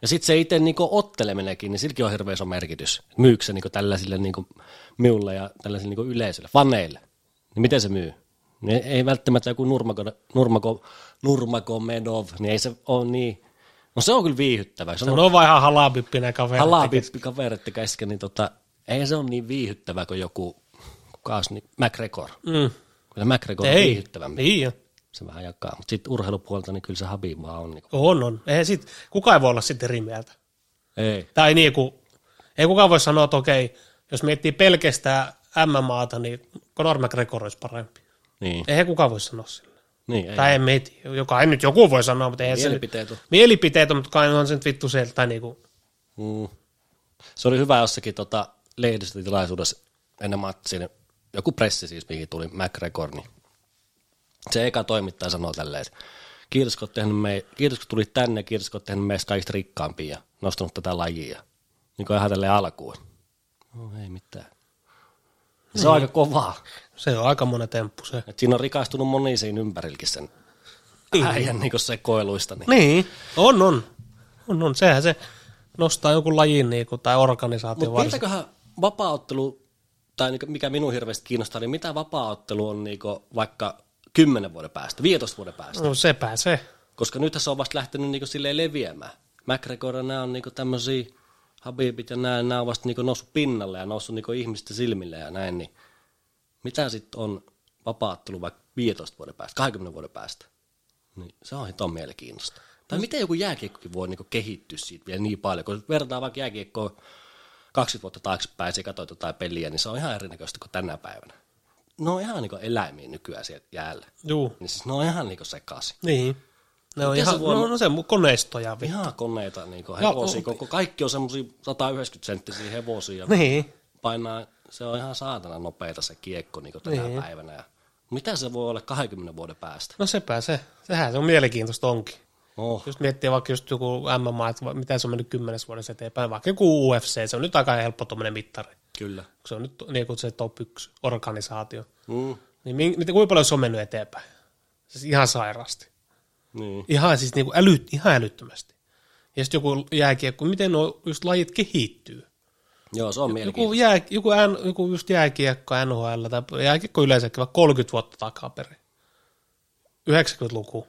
Ja sitten se itse niinku otteleminenkin, niin silläkin on hirveän iso merkitys. Myykö se niinku tällaisille niinku miulle ja tällaisille niinku yleisölle, faneille? Niin miten se myy? Niin ei välttämättä joku Nurmagomedov, Nurmago, Nurmagomedov, niin ei se ole niin. No se on kyllä viihyttävä. Se on No, on vaan ihan halabippinä kaveri. Halapippi kaverit kesken, niin tota, ei se ole niin viihyttävä kuin joku, kuka olisi, niin McGregor. Mm. Kyllä McGregor on Ei. viihyttävämpi. Niin jo. se vähän jakaa. Mutta sitten urheilupuolta, niin kyllä se Habib vaan on. Niin On, on. Eihän sit, kukaan ei voi olla sitten eri mieltä. ei, Tai niin kuin, ei kukaan voi sanoa, että okei, jos miettii pelkästään MMAta, niin Conor McGregor olisi parempi. niin. Ei, Eihän kukaan voi sanoa sillä. niin ei. Tai en mieti. Joka ei nyt joku voi sanoa, mutta eihän Mielipiteet se... on. nyt- Mielipiteet on, mutta kai on se nyt vittu sieltä. Tai niin kuin, Mm. Se oli hyvä jossakin tota, lehdistötilaisuudessa ennen matsia, niin joku pressi siis, mihin tuli McGregor, niin se eka toimittaja sanoi tälleen, että kiitos kun, oot tehnyt mei- kiitos, kun tulit tänne, kiitos kun oot tehnyt meistä kaikista rikkaampia ja nostanut tätä lajia. Niin kuin ihan tälleen alkuun. No ei mitään. Ja se on aika kovaa. se on aika monen temppu se. Et siinä on rikastunut moni siinä ympärilläkin sen äijän niin sekoiluista. Niin. Niin, on, on. On, on. Sehän se nostaa jonkun lajin niin kuin, tai organisaation Mutta varsin. miltäköhän vapaaottelu, tai niinku mikä minun hirveästi kiinnostaa, niin mitä vapaaottelu on niinku vaikka 10 vuoden päästä, 15 vuoden päästä? No sepä se. Koska nythän se on vasta lähtenyt niinku silleen leviämään. McGregor ja nämä on niinku tämmöisiä, Habibit ja nämä, nämä on vasta niinku noussut pinnalle ja noussut niinku ihmisten silmille ja näin, niin mitä sitten on vapaattelu vaikka 15 vuoden päästä, 20 vuoden päästä? Niin se on hiton mielenkiintoista. Tai miten joku jääkiekkokin voi niinku kehittyä siitä vielä niin paljon, kun vertaa vaikka jääkiekkoa 20 vuotta taaksepäin ja katsoit jotain peliä, niin se on ihan erinäköistä kuin tänä päivänä. Ne on ihan niinku eläimiä nykyään siellä jäällä. Juu. Niin siis ne on ihan niinku sekaisin. Niin. Ne on Miten se ihan, voi olla- no, no se on koneistoja. Vi. Ihan koneita niin hevosia, koko, kaikki on semmoisia 190 senttisiä hevosia. Ja Niin. painaa, se on ihan saatana nopeita se kiekko niin tänä Niin. päivänä. Ja mitä se voi olla 20 vuoden päästä? No sepä se. Sehän se on mielenkiintoista onkin. Oh, Jos miettii vaikka just joku MMA, että va- mitä se on mennyt kymmenes vuodessa eteenpäin, vaikka joku UFC, se on nyt aika helppo tuommoinen mittari. kyllä. kun Se on nyt niin kuin se top 1 organisaatio. Mm, Niin min- miten, kuinka paljon se on mennyt eteenpäin? Siis ihan sairaasti. niin. Ihan siis niin kuin äly, ihan älyttömästi. Ja sitten joku jääkiekko, miten nuo just lajit kehittyy. No Joo, se on Joku, mielenkiintoista. jää, joku, N, joku just jääkiekko NHL tai jääkiekko yleensäkin vaikka 30 vuotta takaperin. 90-luku.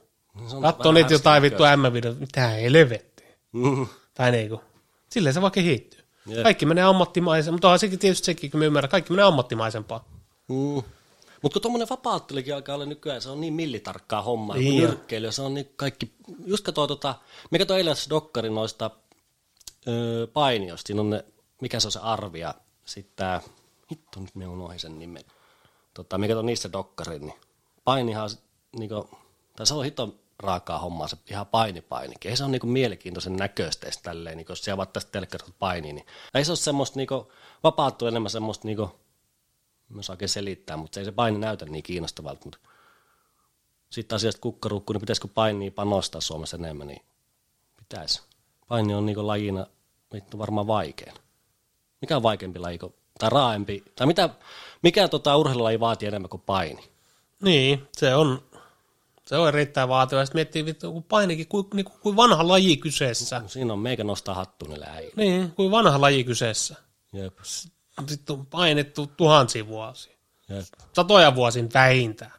Se on Katso vähän niitä jotain härski vittu M-videot, mitä helvettiä. näköistä. Mm, Tai niinku. Silleen se vaan kehittyy. Jep. Kaikki menee ammattimaisen, mutta onhan sekin tietysti sekin, kun me ymmärrän, kaikki menee ammattimaisempaa. mm. Mutta kun tuommoinen vapaattelukin alkaa olla nykyään, se on niin millitarkkaa hommaa, Niin niin on. nyrkkeily, se on niin kaikki, just katsoa tota, me katsoin eilen se dokkari noista öö, painiosta, siinä on ne, mikä se on se arvia, sitten tää, hitto nyt me unohdin sen nimen, tota, me katsoin niistä dokkarin, niin painihan, niinku, tai se on hito raakaa hommaa, se ihan painipainikin, ei se on niinku mielenkiintoisen näköistä edes tälleen, niinku, jos siellä vaan tästä telkkarista painii, niin ei se ole semmoista, niinku, vapaattu enemmän semmoista, niinku, mä osaan oikein selittää, mutta se ei se paini näytä niin kiinnostavalta, mutta sitten asiasta kukkarukku, niin pitäisikö painia panostaa Suomessa enemmän, niin pitäisi. Paini on niin lajina vittu varmaan vaikein. Mikä on vaikeampi laji, kuin- tai raaempi, tai mitä, mikä tota urheilulaji vaatii enemmän kuin paini? Niin, se on, se on erittäin vaativa. Sitten miettii, vittu, kun painikin, kuin niinku, kuin vanha laji kyseessä. No Siinä on meikä nostaa hattu niille äijille. Niin, kuin vanha laji kyseessä. Jep, Sitten on painettu tuhansia vuosia. jep. Satoja vuosin vähintään.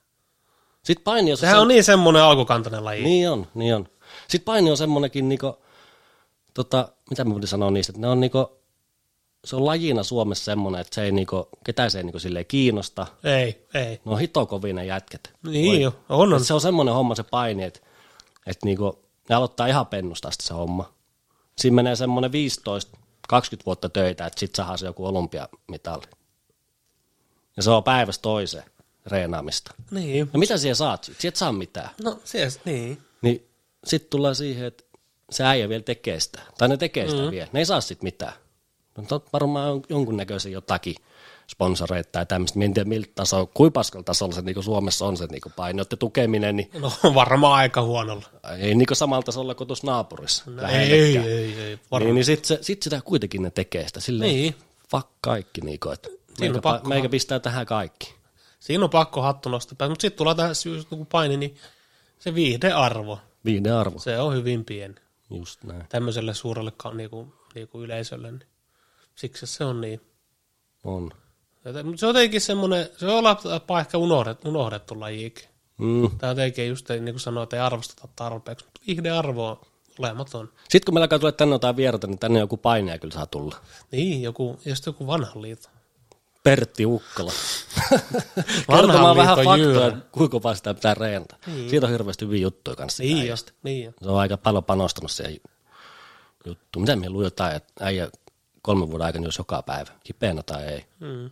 Sitten paini on se, Sehän on niin semmoinen alkukantainen laji. Niin. Niin on, niin on. Sitten paini on semmoinenkin, niinku, tota, mitä mä voin sanoa niistä, että ne on niinku, se on lajina Suomessa semmoinen, että se ei niinku, ketään se ei niinku silleen kiinnosta. Ei, ei. Ne on hito kovia ne jätket. Niin jo, on, on. Et se on semmoinen homma se paini, että et niinku, ne aloittaa ihan pennusta asti se homma. Siinä menee semmoinen 15-20 vuotta töitä, että sit saa se joku olympiamitali. Ja se on päivästä toiseen reenaamista. Niin. No mitä siellä saat? Sieltä et saa mitään. No, siis, niin. Niin sitten tullaan siihen, että se äijä vielä tekee sitä. Tai ne tekee sitä mm. vielä. Ne ei saa sitten mitään. No tot, varmaan on jonkunnäköisiä jotakin sponsoreita tai tämmöistä. Mä en tiedä miltä tasolla, kuinka paskalla tasolla se niinku Suomessa on se niinku painoiden tukeminen, niin No, varmaan aika huonolla. ei niinku samalla tasolla kuin tuossa naapurissa. No, ei, ei, lähellekään. ei, ei. Var- Niin, niin sitten sit sitä kuitenkin ne tekee sitä. Silleen, Niin. no fuck kaikki. Niinku, että Siinä meikä, on pa- pakko. meikä, pistää tähän kaikki. Siinä on pakko hattu nostaa päästä, mutta sitten tulee tähän syy, kun paini, niin se viihdearvo, Viiden arvo. se on hyvin pieni Just näin. tämmöiselle suurelle ka- niinku, niinku yleisölle. Niin. Siksi se on niin. On. Joten- mut Se on jotenkin semmoinen, se on lappa ehkä unohdettu, unohdettu lajiikin. Mm. Tai jotenkin just niin kuin sanoin, että ei arvosteta tarpeeksi, mutta viihdearvo on olematon. Sitten kun meillä alkaa tulla tänne jotain vierta, niin tänne joku paineja kyllä saa tulla. Niin, joku, ja sitten joku vanha liito. Pertti Ukkola. Vanhan Kertomaan vähän liiton Jyrä. faktoja, kuinka kovaa sitä pitää reenata. Niin. Siitä on hirveästi hyviä juttuja kanssa. Niin jo, niin jo. Se on aika paljon panostanut siihen juttuun. Mitä me luin jotain, että äijä kolmen vuoden aikana jos joka päivä, kipeänä tai ei. Mm.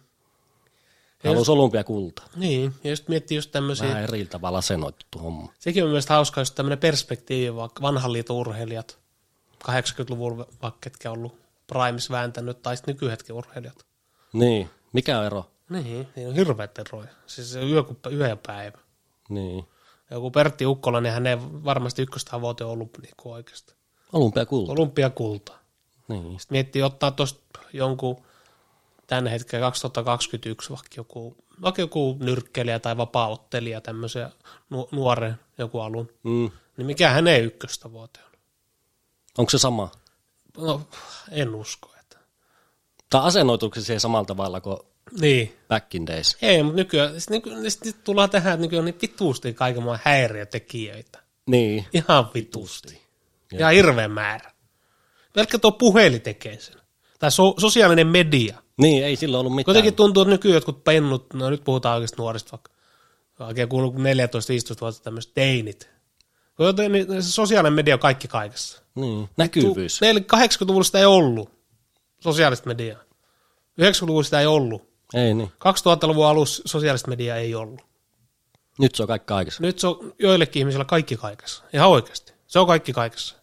Haluaisi olympiakultaa. Niin, ja just miettii just tämmöisiä. Vähän eri tavalla asenoitettu homma. Sekin on mielestäni hauskaa, jos tämmöinen perspektiivi, vaikka vanhan liiton urheilijat, 80-luvulla vaikka ketkä on ollut primes vääntänyt, tai sitten nykyhetken urheilijat. Niin, mikä on ero? Niin, niin on hirveät eroja. Siis se yö, kuin pä- yö ja päivä. Niin, Joku Pertti Ukkola, niin hänen varmasti ykköstavoite on ollut niin kuin oikeasti. olympiakulta. Olympiakulta. Niin, Sitten miettii ottaa tuosta jonkun tämän hetken 2021 vaikka joku, vaikka joku nyrkkelijä tai vapaaottelija tämmöisen nu- nuoren joku alun, mm. niin mikä hänen ykköstavoite on? Onko se sama? No, en usko. Että. Tai asennoituko se siihen samalla tavalla kuin Niin. back in days? Ei, mutta nykyään, sit nyky, sit nyt tullaan tähän, että nykyään on niin vituusti kaiken maan häiriötekijöitä. Niin. Ihan vituusti. Ja hirveä määrä. Pelkkä tuo puheli tekee sen. Tai so, sosiaalinen media. Niin, ei silloin ollut mitään. Kuitenkin tuntuu, että nykyään jotkut pennut, no nyt puhutaan oikeasti nuorista vaikka, oikein kuuluu 14-15-vuotiaat tämmöiset teinit. Joten niin se sosiaalinen media on kaikki kaikessa. Niin, Tu- näkyvyys. Meillä 80-luvulla sitä ei ollut, sosiaalista mediaa. 90-luvulla sitä ei ollut. Ei niin. 2000-luvun alussa sosiaalista mediaa ei ollut. Nyt se on kaikki kaikessa. Nyt se on joillekin ihmisillä kaikki kaikessa. Ihan oikeasti. Se on kaikki kaikessa.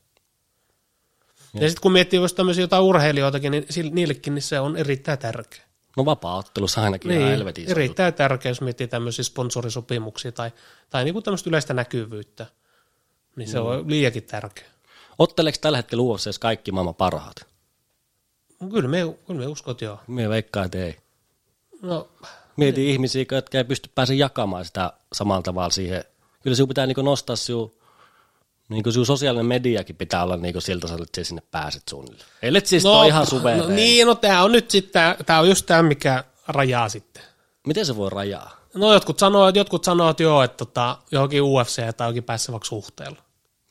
Ja, Niin. ja sitten kun miettii just tämmöisiä jotain urheilijoitakin, niin sille- niillekin niin se on erittäin tärkeä. No vapaa-ottelussa ainakin niin, ihan Niin, helvetin iso juttu. erittäin tärkeä, jos miettii tämmöisiä sponsorisopimuksia tai, tai niinku tämmöistä yleistä näkyvyyttä. Niin Mm. se on liiakin tärkeä. Otteleeko tällä hetkellä UFCs kaikki maailman parhaat? Mut Kyllä me, kyllä me uskot joo. Mie veikkaan, että ei. No, Mieti niin. ihmisiä, jotka ei pysty pääse jakamaan sitä samalla tavalla siihen. Kyllä sinun pitää niinku nostaa sinun, niinku sinun sosiaalinen mediakin pitää olla niinku siltä, että sinä sinne pääset suunnilleen. Eli siis no, no, on ihan suvereen. no niin, no tämä on nyt sitten, tämä on just tämä, mikä rajaa sitten. Miten se voi rajaa? No jotkut sanoo, jotkut sanoo että joo, että tota, johonkin UFC tai johonkin päässä vaikka suhteella.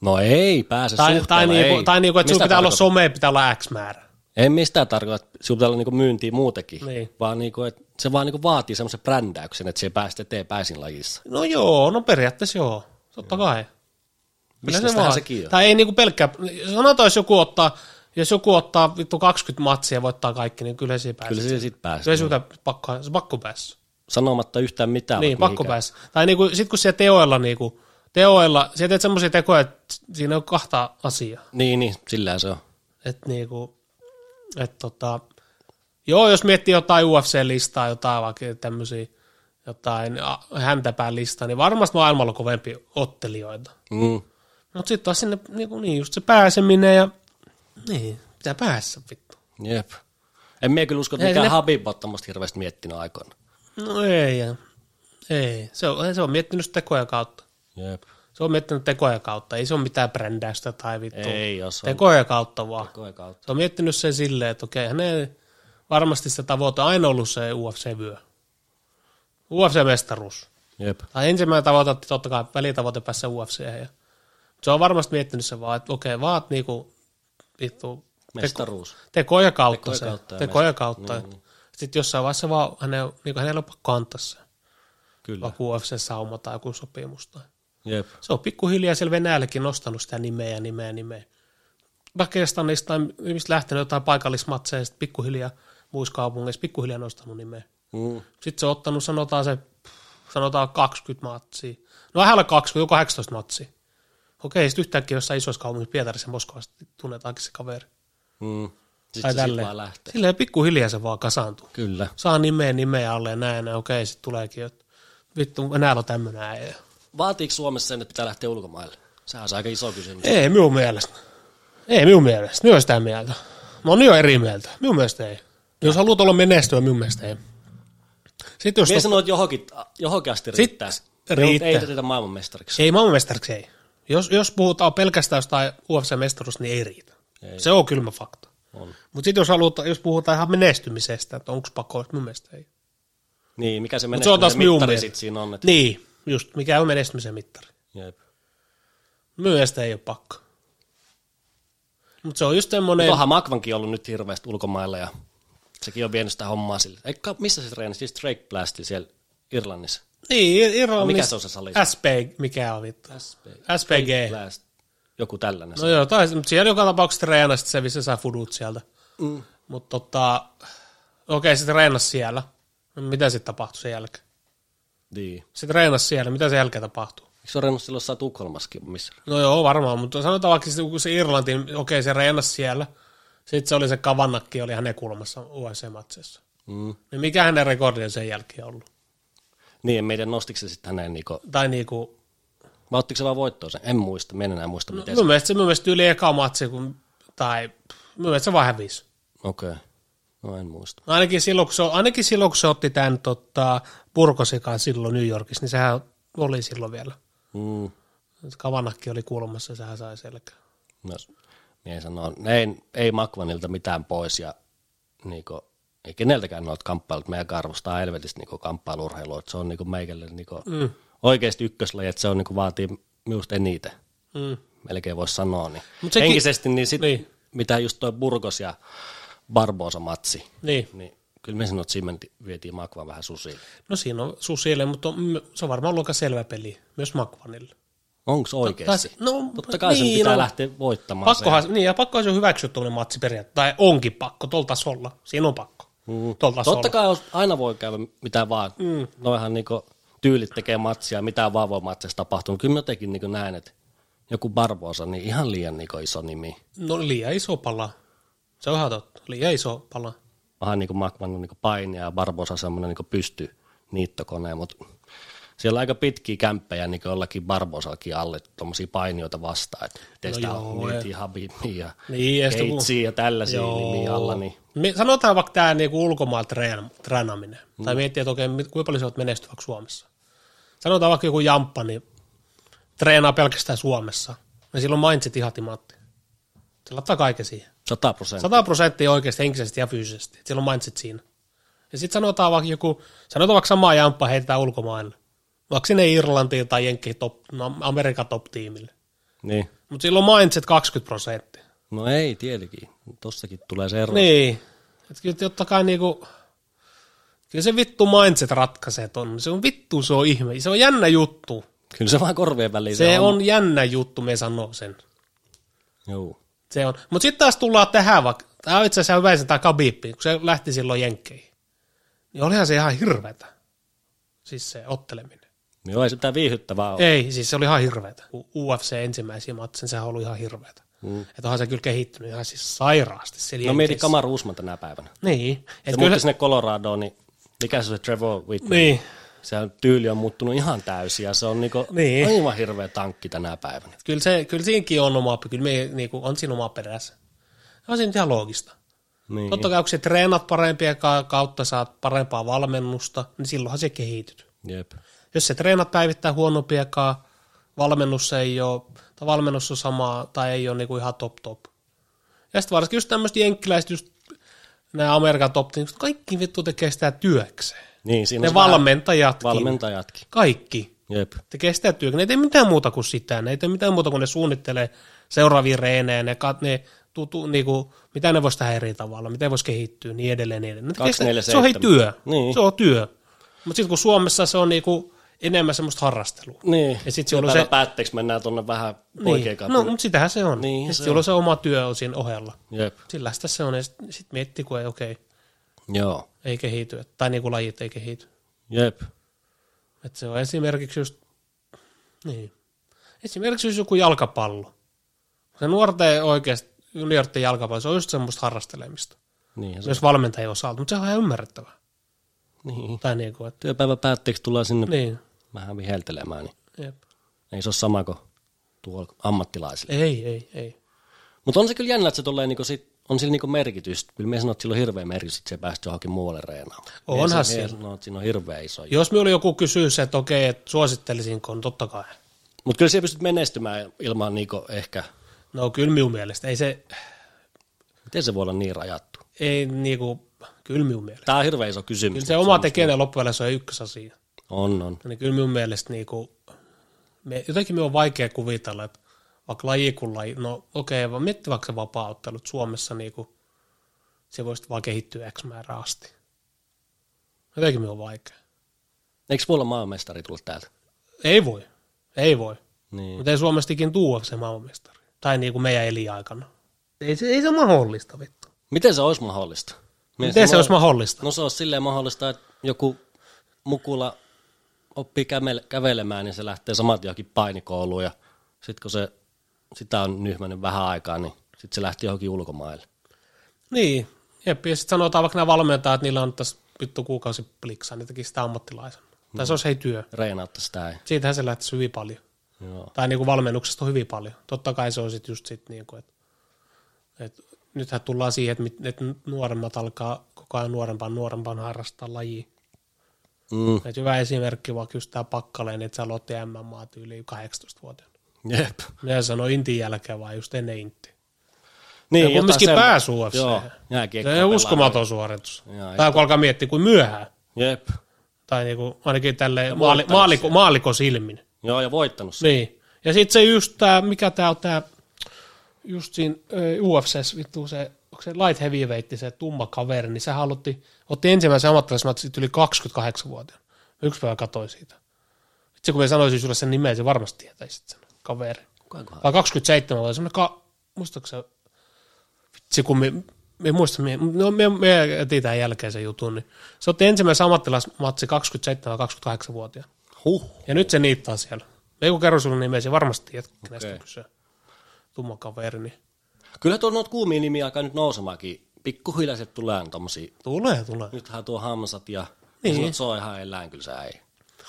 No ei pääse Tai, suhteella, tai, niinku, ei. tai niinku, että Mistä sulla pitää olla tarkoitat? some, pitää olla X määrä. En mistään tarkoita, että sinulla pitää olla niinku myyntiä muutenkin, Niin. vaan niinku, että se vaan niinku vaatii semmoisen brändäyksen, että se pääset eteenpäin siinä lajissa. No joo, no periaatteessa joo. Totta kai. Kyllä Mistä se se vaan. sekin on? Tai ei niinku pelkkää, sanotaan jos joku ottaa, jos joku ottaa vittu 20 matsia ja voittaa kaikki, niin kyllä siinä pääsee. Kyllä se sitten pääsee. Kyllä siitä pakko, se pakko päässä. Sanomatta yhtään mitään. Niin, vaikka pakko mihinkään. päässä. Tai niinku, sit kun siellä teoilla, niinku, teoilla, siellä teet semmoisia tekoja, että siinä on kahta asiaa. Niin, niin, sillä se on. Että niinku, et tota, joo, jos miettii jotain UFC-listaa, jotain vaikka tämmöisiä, jotain a, häntäpään listaa, niin varmasti maailmalla on kovempi ottelijoita. Mm. Mutta sitten taas sinne, niin, kuin, niin just se pääseminen ja niin, pitää päässä vittu. Jep. En minä kyllä usko, että Ei mikään sinne- Habib on tämmöistä hirveästi miettinyt aikoina. No ei, ja, ei. Se on, se on miettinyt sitä tekoja kautta. Jep. Se on miettinyt tekoja kautta, ei se ole mitään brändäystä tai vittu. Ei, jos on Tekoja kautta vaan. koe kautta. Se on miettinyt sen silleen, että okei, hänen varmasti se tavoite on aina ollut se UFC-vyö. UFC-mestaruus. Jep. Tai ensimmäinen tavoite, että totta kai välitavoite päässä UFC. Ja se on varmasti miettinyt sen vaan, että okei, vaat niinku vittu Mestaruus. tekoja kautta Tekoja tekoja kautta se. Kautta ja tekoja kautta. Niin. Sitten jossain vaiheessa vaan hänen, niin hänellä on pakko antaa se. Kyllä. Joku UFC-sauma tai joku sopimus. Tai. Jep. Se on pikkuhiljaa siellä Venäjälläkin nostanut sitä nimeä ja nimeä ja nimeä. Pakistanista on mistä lähtenyt jotain paikallismatseja ja sitten pikkuhiljaa muissa kaupungeissa pikkuhiljaa nostanut nimeä. Mm. Sitten se on ottanut sanotaan se, sanotaan 20 matsia. No vähän alle 20, joku 18 matsia. Okei, sitten yhtäkkiä jossain isoissa kaupungissa Pietarissa ja Moskovassa tunnetaankin se kaveri. Mm. Sitten Tai se sit tälleen. vaan lähtee. Silleen pikkuhiljaa se vaan kasaantuu. Kyllä. Saa nimeä nimeä alle ja näin, ja okei, sitten tuleekin, että vittu, Venäjällä on tämmöinen äijä. Vaatiiko Suomessa sen, että pitää lähteä ulkomaille? Sehän on se aika iso kysymys. Ei minun mielestä. Ei minun mielestä. Minä olen sitä mieltä. Moni on eri mieltä. Minun mielestä ei. Jos haluat olla menestyä, minun mielestä ei. Sitten jos... Mie Mies... sanoin, että johonkin, johonkin asti riittää. riittää. Mutta Ei riitä maailmanmestariksi. Ei maailmanmestariksi ei. Jos, jos puhutaan pelkästään jostain UFC-mestaruudesta, niin ei riitä. Ei. Se on kylmä fakta. On. Mutta sitten jos, halutaan, jos puhutaan ihan menestymisestä, että onko pakko, minun mielestä ei. Niin, mikä se Mutta se on taas menestymisen minun mittari mielestä. sit siinä on. Että... Niin, just. Mikä on menestymisen mittari? Jep. Minun mielestä ei ole pakko. Mutta se on just semmoinen... Niin. Onhan Makvankin ollut nyt hirveästi ulkomailla ja Sekin on vienyt sitä hommaa sille. Eikä, missä se treenasi? Siis Drake Blasti siellä Irlannissa. Niin, Irlannissa. No Mikä se on se sali? SP, mikä on vittu? SP. SPG. Blast. Joku tällainen. No joo, tai mutta siellä joka tapauksessa treenasi se, missä sai fudut sieltä. Mm. Mutta tota, okei, se treenasi siellä. No, Mitä sitten tapahtui sen jälkeen? Niin. Se treenasi siellä, mitä sen jälkeen tapahtuu? Eikö se ole reenannut silloin saa Tukholmassakin missä? No joo, varmaan, mutta sanotaan vaikka se, kun se Irlanti, niin okei, se reenasi siellä. Sitten se oli se Kavannakki, oli hänen kulmassa UFC-matsissa. Mm. Niin mikä hänen rekordi on sen jälkeen ollut? Niin, en meidän nostiko se sitten hänen niinku, Tai niinku, vai ottiko se vaan voittoon sen? En muista, mä en enää muista miten mun mielestä se mun mielestä yli eka matsi, kun, tai mun mielestä se vaan hävisi. se, okei. Okay. No en muista. No Ainakin silloin, kun se, ainakin silloin, kun se otti tämän tota, purkosikaan silloin New Yorkissa, niin sehän oli silloin vielä. Mm. Kavanakki oli kulmassa, sehän sai selkää. No, niin sanoa, ei, ei Makvanilta mitään pois ja niinku, ei keneltäkään noita kamppailut, meidän arvostaa helvetistä niinku kamppailurheilua, että se on niinku meikälle niinku, mm. oikeasti ykköslaji, että se on niinku, vaatii minusta eniten, Mm. melkein voisi sanoa. Niin. Sekin, Mut sekin- Henkisesti, niin, sit, Niin. niin. mitä just toi Burgos ja Barbosa-matsi, Niin. niin kyllä me sanoin, että siinä menti- vietiin Makva vähän susiin. No siinä on susille, mutta on, mm, se on varmaan ollut aika selvä peli, myös Makvanille. Onko se oikeasti? Tai se- no, Totta kai niin, sen pitää lähteä voittamaan Pakkohan, niin, ja pakkohan se on hyväksyä tuollainen matsi periaatteessa, tai onkin pakko, tuolla tasolla, siinä on pakko, mm. tuolla tasolla. Totta kai jos- aina voi käydä mitä vaan. Mm. Noihan niinku tyylit tekee matsia, mitä vaan voi matsissa tapahtua. Kyllä mä jotenkin niinku näen, että joku Barbosa, niin ihan liian niinku iso nimi. No liian iso pala, se on ihan totta, liian iso pala. Vähän niinku Makman on niinku painia ja Barbosa semmoinen niinku pysty niittokone, mutta siellä on aika pitkiä kämppejä niin jollakin Barbosallakin alle tuommoisia painioita vastaan, että miten sitä No joo, on niitä Habibia Niin, ja ja sitten kun- Keitsiä ja tällaisia nimiä alla, niin Me, sanotaan vaikka tämä niinku ulkomailla treen, treenaaminen, mm. tai miettii, että okei, mit- kuinka paljon sä oot menestynyt vaikka Suomessa. Sanotaan vaikka joku jamppa, niin treenaa pelkästään Suomessa, niin silloin mindset ihan timantti. Se laittaa kaiken siihen. 100 prosenttia. 100 prosenttia oikeasti henkisesti ja fyysisesti. Et Silloin mindset siinä. Ja sitten sanotaan vaikka joku, sanotaan vaikka samaa jamppa heitetään ulkomaille. Vaikka sinne Irlantiin tai Jenkki top, no, Amerikan top-tiimille. Niin. Mutta silloin mindset 20 prosenttia. No ei, tietenkin. Tossakin tulee se ero. Niin. Et kyllä totta kai niinku, kyllä se vittu mindset ratkaisee ton. Se on vittu, se on ihme. Se on jännä juttu. Kyllä se vaan korvien väliin Niin Se on jännä juttu, me sanoo sen. Joo. Se on. Mutta sitten taas tullaan tähän vaikka, tämä on itse asiassa hyvä sen tämä Khabib, kun se lähti silloin jenkkeihin. Niin olihan se ihan hirveetä. Siis se otteleminen. Joo, ei se mitään viihyttävää ole. Ei, siis se oli ihan hirveetä. U- UFC ensimmäisiä matsen, sehän oli ihan hirveetä. Mm. Että onhan se kyllä kehittynyt ihan siis sairaasti siellä No mieti Jenkeissä. Kamar Usman tänä päivänä. Niin. Se siis- Et muutti kyllä, sinne Coloradoon, niin mikä se on se Trevor Whitman? niin. Sehän tyyli on muuttunut ihan täysin ja se on niinku Niin. aivan hirveä tankki tänä päivänä. Kyllä, se, kyllä siinäkin on oma, kyllä me, niinku, on siinä oma perässä. On siinä nyt ihan loogista. Niin. Totta kai, kun sä treenat parempia ka- kautta, saat parempaa valmennusta, niin silloinhan se kehityt. Jep. Jos se treenat päivittäin huonompiakaan, valmennus ei ole, tai valmennus on samaa, tai ei ole niinku ihan top top. Ja sitten varsinkin just tämmöiset jenkkiläiset, just nämä Amerikan top team, kaikki vittu tekee sitä työkseen. Niin, siinä on Ne se vähän valmentajatkin, valmentajatkin. kaikki Jep. tekee sitä työtä. Ne ei tee mitään muuta kuin sitä. Ne ei tee mitään muuta kuin ne suunnittelee seuraavia reenejä, ne, kat, ne tutu, niinku, mitä ne voisi tehdä eri tavalla, miten voisi kehittyä, niin edelleen. Niin edelleen. Ne tekee sitä- 24/7. se on hei työ. Niin. Se on työ. Mutta sitten kun Suomessa se on niinku enemmän semmoista harrastelua. Niin. Ja sit siellä on Päivän se- päätteeksi mennään tuonne vähän poikien Niin. kanssa. No, mutta sitähän se on. Niin, Niin, se se, on. se oma työ on siinä ohella. Jep. Sillä sitä se on, ja sitten sit miettii, kun ei, okei, okay, Joo. ei kehity, et- tai niinku lajit ei kehity. Jep. Et se on esimerkiksi just, niin. Esimerkiksi just joku jalkapallo. Se nuorten oikeasti, juniorten jalkapallo, se on just semmoista harrastelemista. Niin, se, Myös valmentajien osalta, mutta se on ihan ymmärrettävää. niin. Tai niinku, että, Työpäivän päätteeksi tullaan sinne niin. vähän viheltelemään, niin Jep. ei se ole sama kuin tuolla ammattilaisilla. Ei, ei, ei. Mutta on se kyllä jännä, että se tulee niinku sit, on sillä niinku merkitystä. Kyllä me sanoin, että sillä on hirveä merkitys, että se päästy johonkin muualle reenaamaan. Onhan se, siellä. No, siinä on hirveä iso. Jos minulla joku kysyisi, että okei, että suosittelisinko, niin totta kai. Mutta kyllä siellä pystyt menestymään ilman niinku ehkä, No kyllä minun mielestä, ei se, miten se voi olla niin rajattu? ei niinku, kyllä minun mielestä. Tämä on hirveä iso kysymys. Kyllä se oma tekeminen loppujen se on ykkösasia. On, on. Niin kyllä minun mielestä niinku, me, jotenkin minun on vaikea kuvitella, että vaikka laji kuin laji, no okei, okay, mietti vaikka se vapaa-ottelut Suomessa, niinku, se voi sitten vaan kehittyä X määrä asti. Jotenkin me on vaikea. Eikö voi olla maanmestari tullut täältä? Ei voi. Ei voi. Niin. Mutta ei Suomestakin tuu se maailmanmestari. Tai niin kuin meidän elinaikana. Ei se, ei se ole mahdollista vittu. Miten se olisi mahdollista? Miten se olisi mahdollista? No se olisi silleen mahdollista, että joku mukula oppii kämel- kävelemään, niin se lähtee samat johonkin painikouluun ja sitten kun se, sitä on nyhmänyt vähän aikaa, niin sitten se lähti johonkin ulkomaille. Niin. Jep, ja sitten sanotaan vaikka nämä valmentajat, että niillä on tässä vittu kuukausi pliksaa, ne teki sitä ammattilaisen. Tai se olisi hei työ. Reenautta sitä ei. Siitähän se lähtisi hyvin paljon. Joo. Tai niin kuin valmennuksesta on hyvin paljon. Totta kai se on sitten just sit niin kuin, että, että nythän tullaan siihen, että, mit- että nuoremmat alkaa koko ajan nuorempaan nuorempaan harrastaa lajia. Mm. Et hyvä esimerkki vaikka just tämä Pakkaleen, että sä aloitti MMA tyyliin 18-vuotiaana. Jep. Minä sanoin Intin jälkeen vaan just ennen Intti. Niin, Ja kumminkin jotain semmo- pääsi UFC:hen. Joo, Se jääkiekko. on uskomaton suoritus. Jaa, tai kun alkaa miettiä kuin myöhään. Jep. Tai niinku, ainakin tälle maali, maaliko, maaliko silmin. Joo, ja voittanut sen. Niin. Ja sitten se just tää, mikä tää on tää, just siinä ö, UFCs vittu se, onko se light heavyweight, se tumma kaveri, niin se halutti, otti ensimmäisen ammattilaismatsin yli 28-vuotiaana. Mä Yksi päivä katoi siitä. Sitten kun mä sanoisin sulle sen nimeä, se varmasti tietäisit sen kaveri. Kukaankohan? Vai 27 vuotta, semmoinen, ka, muistatko se, vitsi kun me, me en muista, me, no, me, me etsitään jälkeen sen jutun, niin se otti ensimmäisen ammattilaismatsi 27-28-vuotiaana. Huh. Ja nyt se niittaa siellä. Ei kun kerro sulle nimeä, se varmasti tiedät, kenestä Okei. okay. kyse. Tumma kaveri, niin Kyllä tuon noita kuumia nimiä alkaa nyt nousemaankin. Pikkuhiljaa sieltä tulee aina tommosia. tulee, tulee. Nythän tuo hamsat ja Niin. niin. se on ihan eläin, kyllä se ei.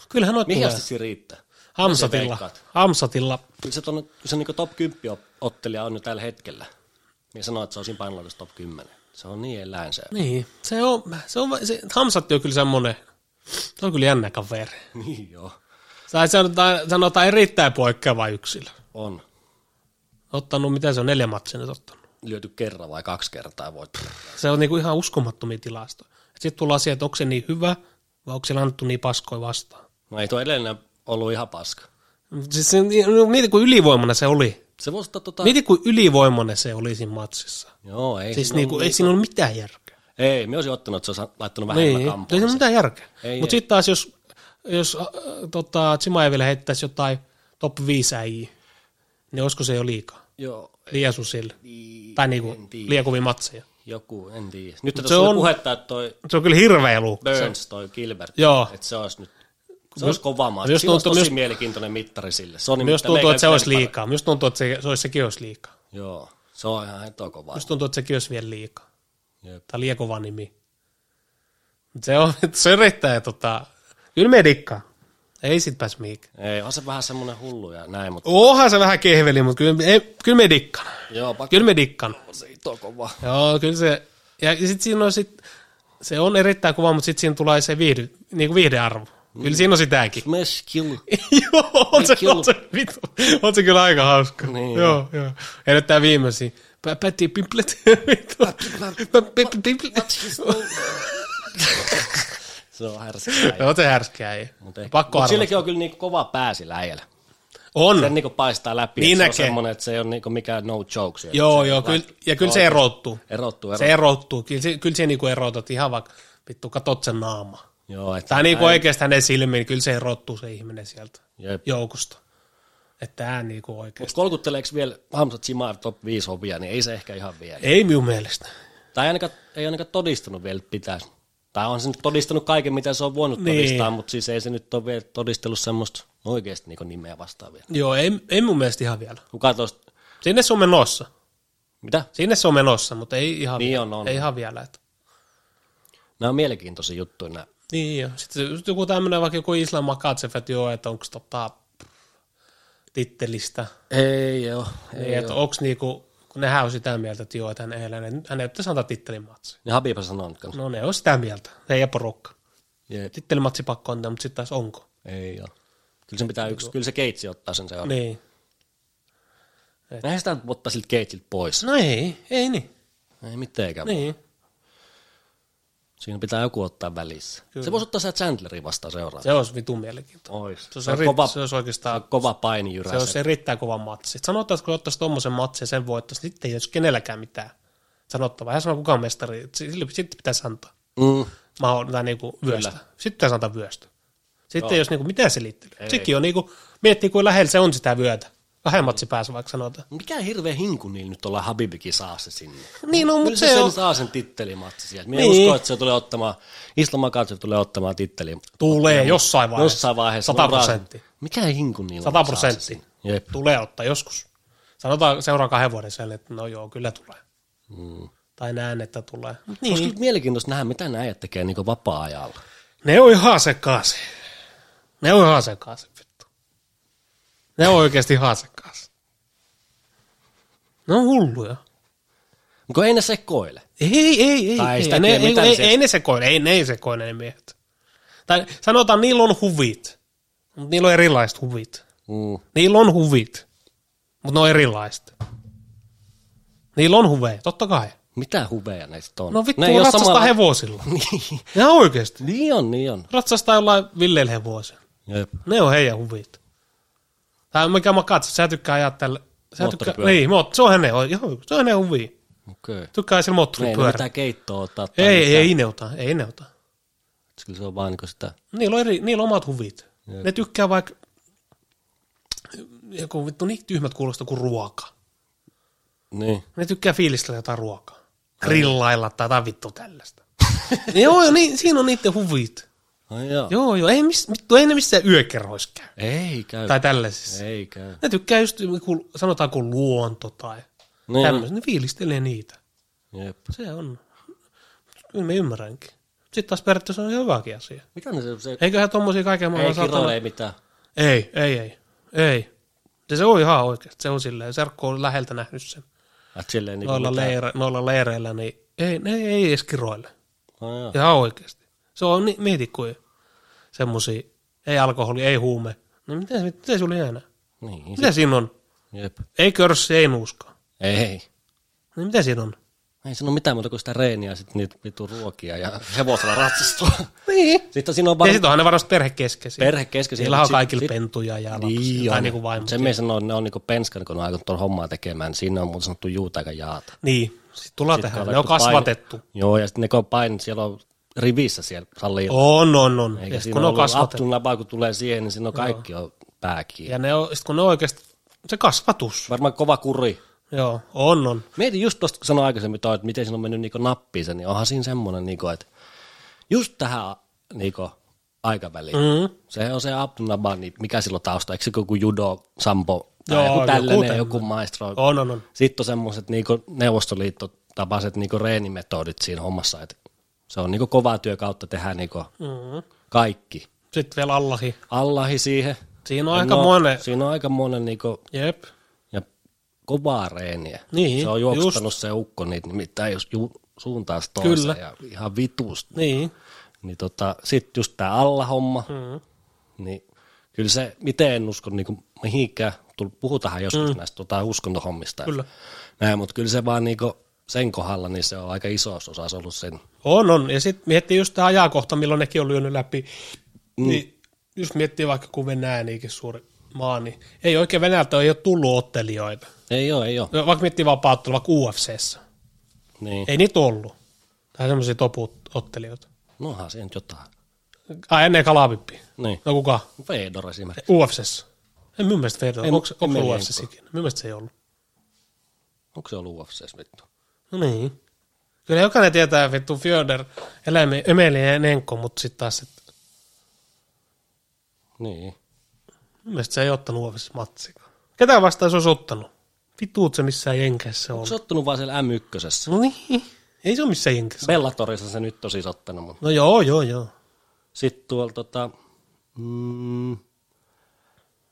Kyllähän noit Mihin tulee. asti siinä riittää? Mitä Hamsatilla. veikkaat? Hamsatilla. Kyllä se, on, se niin top 10 ottelija on jo tällä hetkellä. Niin sanoo, että se on siinä painoluokassa top 10. Se on niin eläin se. Niin, se on, se on, se, Hamsatti on kyllä semmonen, se on kyllä jännä kaveri. Niin joo. Tai sanotaan, sanotaan erittäin poikkeava yksilö. On. Ottanut, mitä se on, neljä matsia nyt ottanut. Lyöty kerran vai kaksi kertaa voi. Se on niinku ihan uskomattomia tilastoja. Sitten tullaan siihen, että onko se niin hyvä, vai onko se annettu niin paskoja vastaan. No ei tuo edellinen ollut ihan paska. Mut Siis se, no, mieti kuin ylivoimana se oli. Se voisi ottaa tota... Mieti kuin ylivoimainen se oli siinä matsissa. Joo, ei. Siis siinä niinku, ollut ei siinä ole mitään järkeä. Ei, me olisin ottanut, että se olisi laittanut vähemmän Niin, niin. ei siinä ole mitään järkeä. Ei, Mutta ei. sitten taas, jos, jos äh, tota, Chimaeville heittäisi jotain top 5 äijä, niin olisiko se jo liikaa? Joo, Liian susille. ei, Tai niinku, en tiedä. liian kovia matseja. Joku, en tiedä. Nyt se tässä on on- puhetta, että toi Se on kyllä hirveä luukka. Burns, toi Gilbert, Joo. että se olisi nyt, se olisi kova matka. jos Sillä olisi tuntuu- tosi jos- mielenkiintoinen mittari sille. Se on Myös nimittäin tuntuu, meikä että se olisi ykkönen liikaa. Myös tuntuu, että se, se olisi, sekin olisi liikaa. pari. Joo, se on ihan etokovaa. Myös tuntuu, että sekin olisi vielä liikaa. Jep. Tai liian kova nimi. Mut Se on, se on erittäin, tota, kyllä me dikkaa. Ei sit pääs mihinkään. Ei, on se vähän semmoinen hullu ja näin, mutta Onhan se vähän kehveli, mutta kyllä, ei, kyllä me dikkaan. Oh. joo, pakko Kyllä me dikkaan. on se itokova. Joo, kyllä se. Ja sitten siinä on sit, se on erittäin kova, mutta sitten siinä tulee se viihde, niin kuin viihdearvo. Kyllä siinä on sitäkin. Smash kill. joo, on se, Ei kill. on, se, vittu, on se kyllä aika hauska. Niin. Joo, joo. Ja nyt tää viimeisin. Pä- Pätti pimplet. Vittu. Pä- Pätti pimplet. Se on härskiä. Joo, on se härskiä ei. Pakko Hmm. Mutta arvata. silläkin on kyllä niinku kova pää sillä äijällä. On. Sen niinku paistaa läpi, Niin niin se on näkee. semmoinen, että se ei ole niinku mikään no joke siellä. Joo, joo, kyllä, ja kyllä se erottuu. Erottuu, Se erottuu. erottuu. Kyllä se, kyllä se niinku erotat ihan vaikka, vittu, katot sen naama. Joo, että Tai niinku oikeastaan ne silmiin, niin kyllä se erottuu se ihminen sieltä Jep. joukosta. Että tää niinku oikein. Mutta kolkutteleeko vielä Hamza Zimar top 5 hovia, niin ei se ehkä ihan vielä. Ei minun mielestä. Tai ainakaan, ei ainakaan todistanut vielä, että pitäisi. Tai on se nyt todistanut kaiken, mitä se on voinut Niin. todistaa, mutta siis ei se nyt ole vielä todistellut semmoista oikeasti niin nimeä vastaan vielä. Joo, ei, ei mun mielestä ihan vielä. Kuka tuosta, Sinne se on menossa. mitä? Sinne se on menossa, mutta ei ihan Niin vielä. on, on. Ei ihan vielä. Että. Nämä on mielenkiintoisia juttuja nämä. Niin joo. Sitten just joku tämmöinen vaikka joku Islam Makatsev, että joo, että onko tota tittelistä. Ei joo. Ei. Ei, että onko niinku, kun nehän on sitä mieltä, että joo, että hän ei eläne, hän ei pitäisi antaa tittelin matsi. Ne Habiba sanoo nyt kanssa. No ne on sitä mieltä, se ei ole porukka. Jep. Tittelimatsi pakko antaa, mutta sitten taas onko. Ei joo. Kyllä se pitää yksi, kyllä se keitsi ottaa sen seuraan. Niin. Niin. Eihän sitä ottaa siltä keitsiltä pois. No ei, ei niin. Ei mitenkään. Niin. niin. Siinä pitää joku ottaa välissä. Kyllä. Se voisi ottaa sitä Chandleria vastaan seuraavaksi. Se olisi vitun mielenkiintoista. Ois. Se, Se on on eri, kova, se olisi Tämä oikeastaan on kova painijyrä. se olisi erittäin kova matsi. Et Sanotaan, että kun ottaisi tuommoisen matsin ja sen voittaisi, niin sitten ei olisi kenelläkään mitään. sanottava. Hän sanoi, kuka on mestari. Sille, sitten pitäisi antaa. Mm. Mahdoll- tai niinku vyöstä. Kyllä. Sitten pitäisi antaa vyöstä. Sitten Joo. jos niinku mitään selittelyä. Ei. Niin. Sekin on niinku, miettii kuin lähellä se on sitä vyötä. Kahden matsi pääsi vaikka sanotaan. Mikä hirveä hinku niillä nyt ollaan Habibikin saa se sinne. Niin on, Kyllä mutta se, se sen on. saa sen tittelimatsi sieltä. Minä Niin. niin. uskon, että se tulee ottamaan, Islamakaatsev tulee ottamaan titteli Tulee jossain vaiheessa. jossain vaiheessa. 100 Mä oon prosenttia. raas- Mikä hinku niillä on, 100 että saa se prosenttia. sinne? Jep. Tulee ottaa joskus. Sanotaan seuraan kahden vuoden siellä, että no joo, kyllä tulee. Mm. Tai näen, että tulee. Mut Niin. Olisi mielenkiintoista nähdä, mitä nämä äijät tekee niin vapaa-ajalla. Ne on ihan sekaisin. Ne on ihan sekaisin, vittu. Ne on oikeasti ihan sekaisin. Ne on hulluja. Kun Niinku ei ne sekoile. Ei, ei, ei. Tai ei, sitä ne, tiedä, ei, mitä ei, se- ei, ne sekoile, ei, ne ei sekoile ne miehet. Tai sanotaan, niillä on huvit. Mutta niillä on erilaiset huvit. Mm. Niillä on huvit. Mutta ne on erilaiset. Niillä on huveja, totta kai. Mitä huveja näistä on? No vittu, Ne ei oo ratsastaa samalla- hevosilla. Niin. Ne on oikeasti. niin on, niin on. Ratsastaa jollain villeillä hevosilla. Jep. Ne on heidän huvit. Tai mikä mä katson, sä tykkää ajaa tällä. Sä tykkää, Moottoripyörä. niin, moot, se on hänen, joo, se on hänen huvi. Okei. Okay. Tykkää Ne ei no ne sillä moottoripyörä. mitään keittoa ottaa. tai Ei, ei, mitään. ei, ne ota, ei ne ota. Kyllä se on vaan niin sitä. Niillä on, eri, niillä on omat huvit. Jep. Ne tykkää vaikka, joku vittu niin tyhmät kuulosta kuin ruoka. Niin. Ne tykkää fiilistellä jotain ruokaa. Grillailla tai jotain vittu tällaista. joo, niin, siinä on niiden huvit. Ai joo. Joo, joo, ei, miss, vittu, ei ne missään yökerhoissa käy. Ei käy. Tai tällaisissa. Ei käy. Ne tykkää just, kun, sanotaanko luonto tai Niin. tämmöistä, ne fiilistelee niitä. Jep. Se on, kyllä mä ymmärränkin. Sitten taas periaatteessa on ihan hyväkin asia. Mitä ne se, se Eiköhän tommosia kaiken maailman ei kiroile ei mitään. Ei, ei, ei, ei. Se, se on ihan oikeasti, se on silleen, Serkku on läheltä nähnyt sen. Et silleen niin Noilla, mitään. leire, noilla leireillä, niin ei, ne ei edes kiroile. Ai joo. Ihan oikeasti. Se on, niin, mieti kuin semmosia, ei alkoholi, ei huume. No miten, miten sulla jää enää? Niin. Mitä siinä on? Jep. Ei körssi, ei nuuska. Ei. Niin mitä siinä on? Ei sano mitään muuta kuin sitä reeniä ja sitten niitä vittu ruokia ja hevosella ratsastua. Niin. sitten siinä on Ja vaan sit onhan ne varmasti perhekeskeisiä. perhekeskeisiä. Niillä on mut sit- kaikilla sit- pentuja ja lapsia. Niin tai on. niinku vaimot. Sen mies sanoo, että ne on niinku penskan, kun ne on aikunut tuon hommaa tekemään, niin siinä on muuten sanottu juuta eikä jaata. Niin. Sit tullaan Sitten tähän. on Ne on alettu pain- kasvatettu. Joo, ja sitten ne kun on pain, siellä on rivissä siellä salliin. On, on, on. Eikä Ja sit siinä kun ne on ollut kasvatettu. Abdul Nabaa, kun tulee siihen, niin siinä on kaikki on pääkiä. Ja ne on, sit kun ne on oikeasti, se kasvatus. Varmaan kova kuri. Joo, on, on. Mietin just tuosta, kun sanoin aikaisemmin toi, että miten siinä on mennyt niin nappiin se, niin onhan siinä semmoinen, niin että just tähän niin aikaväliin. Mm. Mm. Se on se Abdul Nabaa, niin mikä silloin tausta, eikö se joku judo, sampo, tai Joo, joku joku tällainen, tämmönen. joku, joku maestro, On, on, on. Sitten on semmoiset niinku neuvostoliittotapaiset niinku reenimetodit siinä hommassa, että se on niinku kovaa työ kautta tehdä niinku Mm. kaikki. Sitten vielä Allahi. Allahi siihen. no, Siinä on aika monen. Siinä on aika monen niinku, Jep. ja kovaa reeniä. Niin, se on juoksettanut se ukko niitä nimittäin jos ju, suuntaan toiseen Kyllä. ja ihan vitusta. Niin. Niin tota, sitten just tämä Alla-homma, Mm. niin kyllä se, miten en usko niinku mihinkään, Tul- puhutaan joskus mm. näistä tota, uskontohommista. Mm-hmm. Kyllä. Näin, mutta kyllä se vaan niinku sen kohdalla, niin se on aika iso osa ollut sen. On, on. Ja sitten miettii just tämä ajankohta, milloin nekin on lyönyt läpi. Mm. Niin just miettii vaikka, kun Venäjä niinkin suuri maa, niin ei oikein Venäjältä ei ole tullut ottelijoita. Ei ole, ei ole. No, Vaikka miettii vapautta, vaikka UFCssä. Niin. Ei niitä ollut. Tai semmoisia topuottelijoita. No onhan se nyt jotain. Ai ennen kalapippi. Niin. No kuka? Fedor esimerkiksi. UFCssä. En mun mielestä Fedor. Ei, Onko en onko meillä UFCssä ikinä? Mun mielestä se ei ollut. Onko se ollut UFCs vittu? No niin. Kyllä jokainen tietää vittu Fyodor eläimi Emelinenko, mutta sitten taas, että Niin. mun mielestä se ei ottanut uudessa matsikaan. Ketä vastaan se olisi ottanut? Vituut se missään jenkeissä on. Onko se ottanut vaan siellä M1? No niin. Ei se ole missään jenkeissä. Bellatorissa se nyt on siis ottanut, mutta No joo, joo, joo. sitten tuolla tota, mm,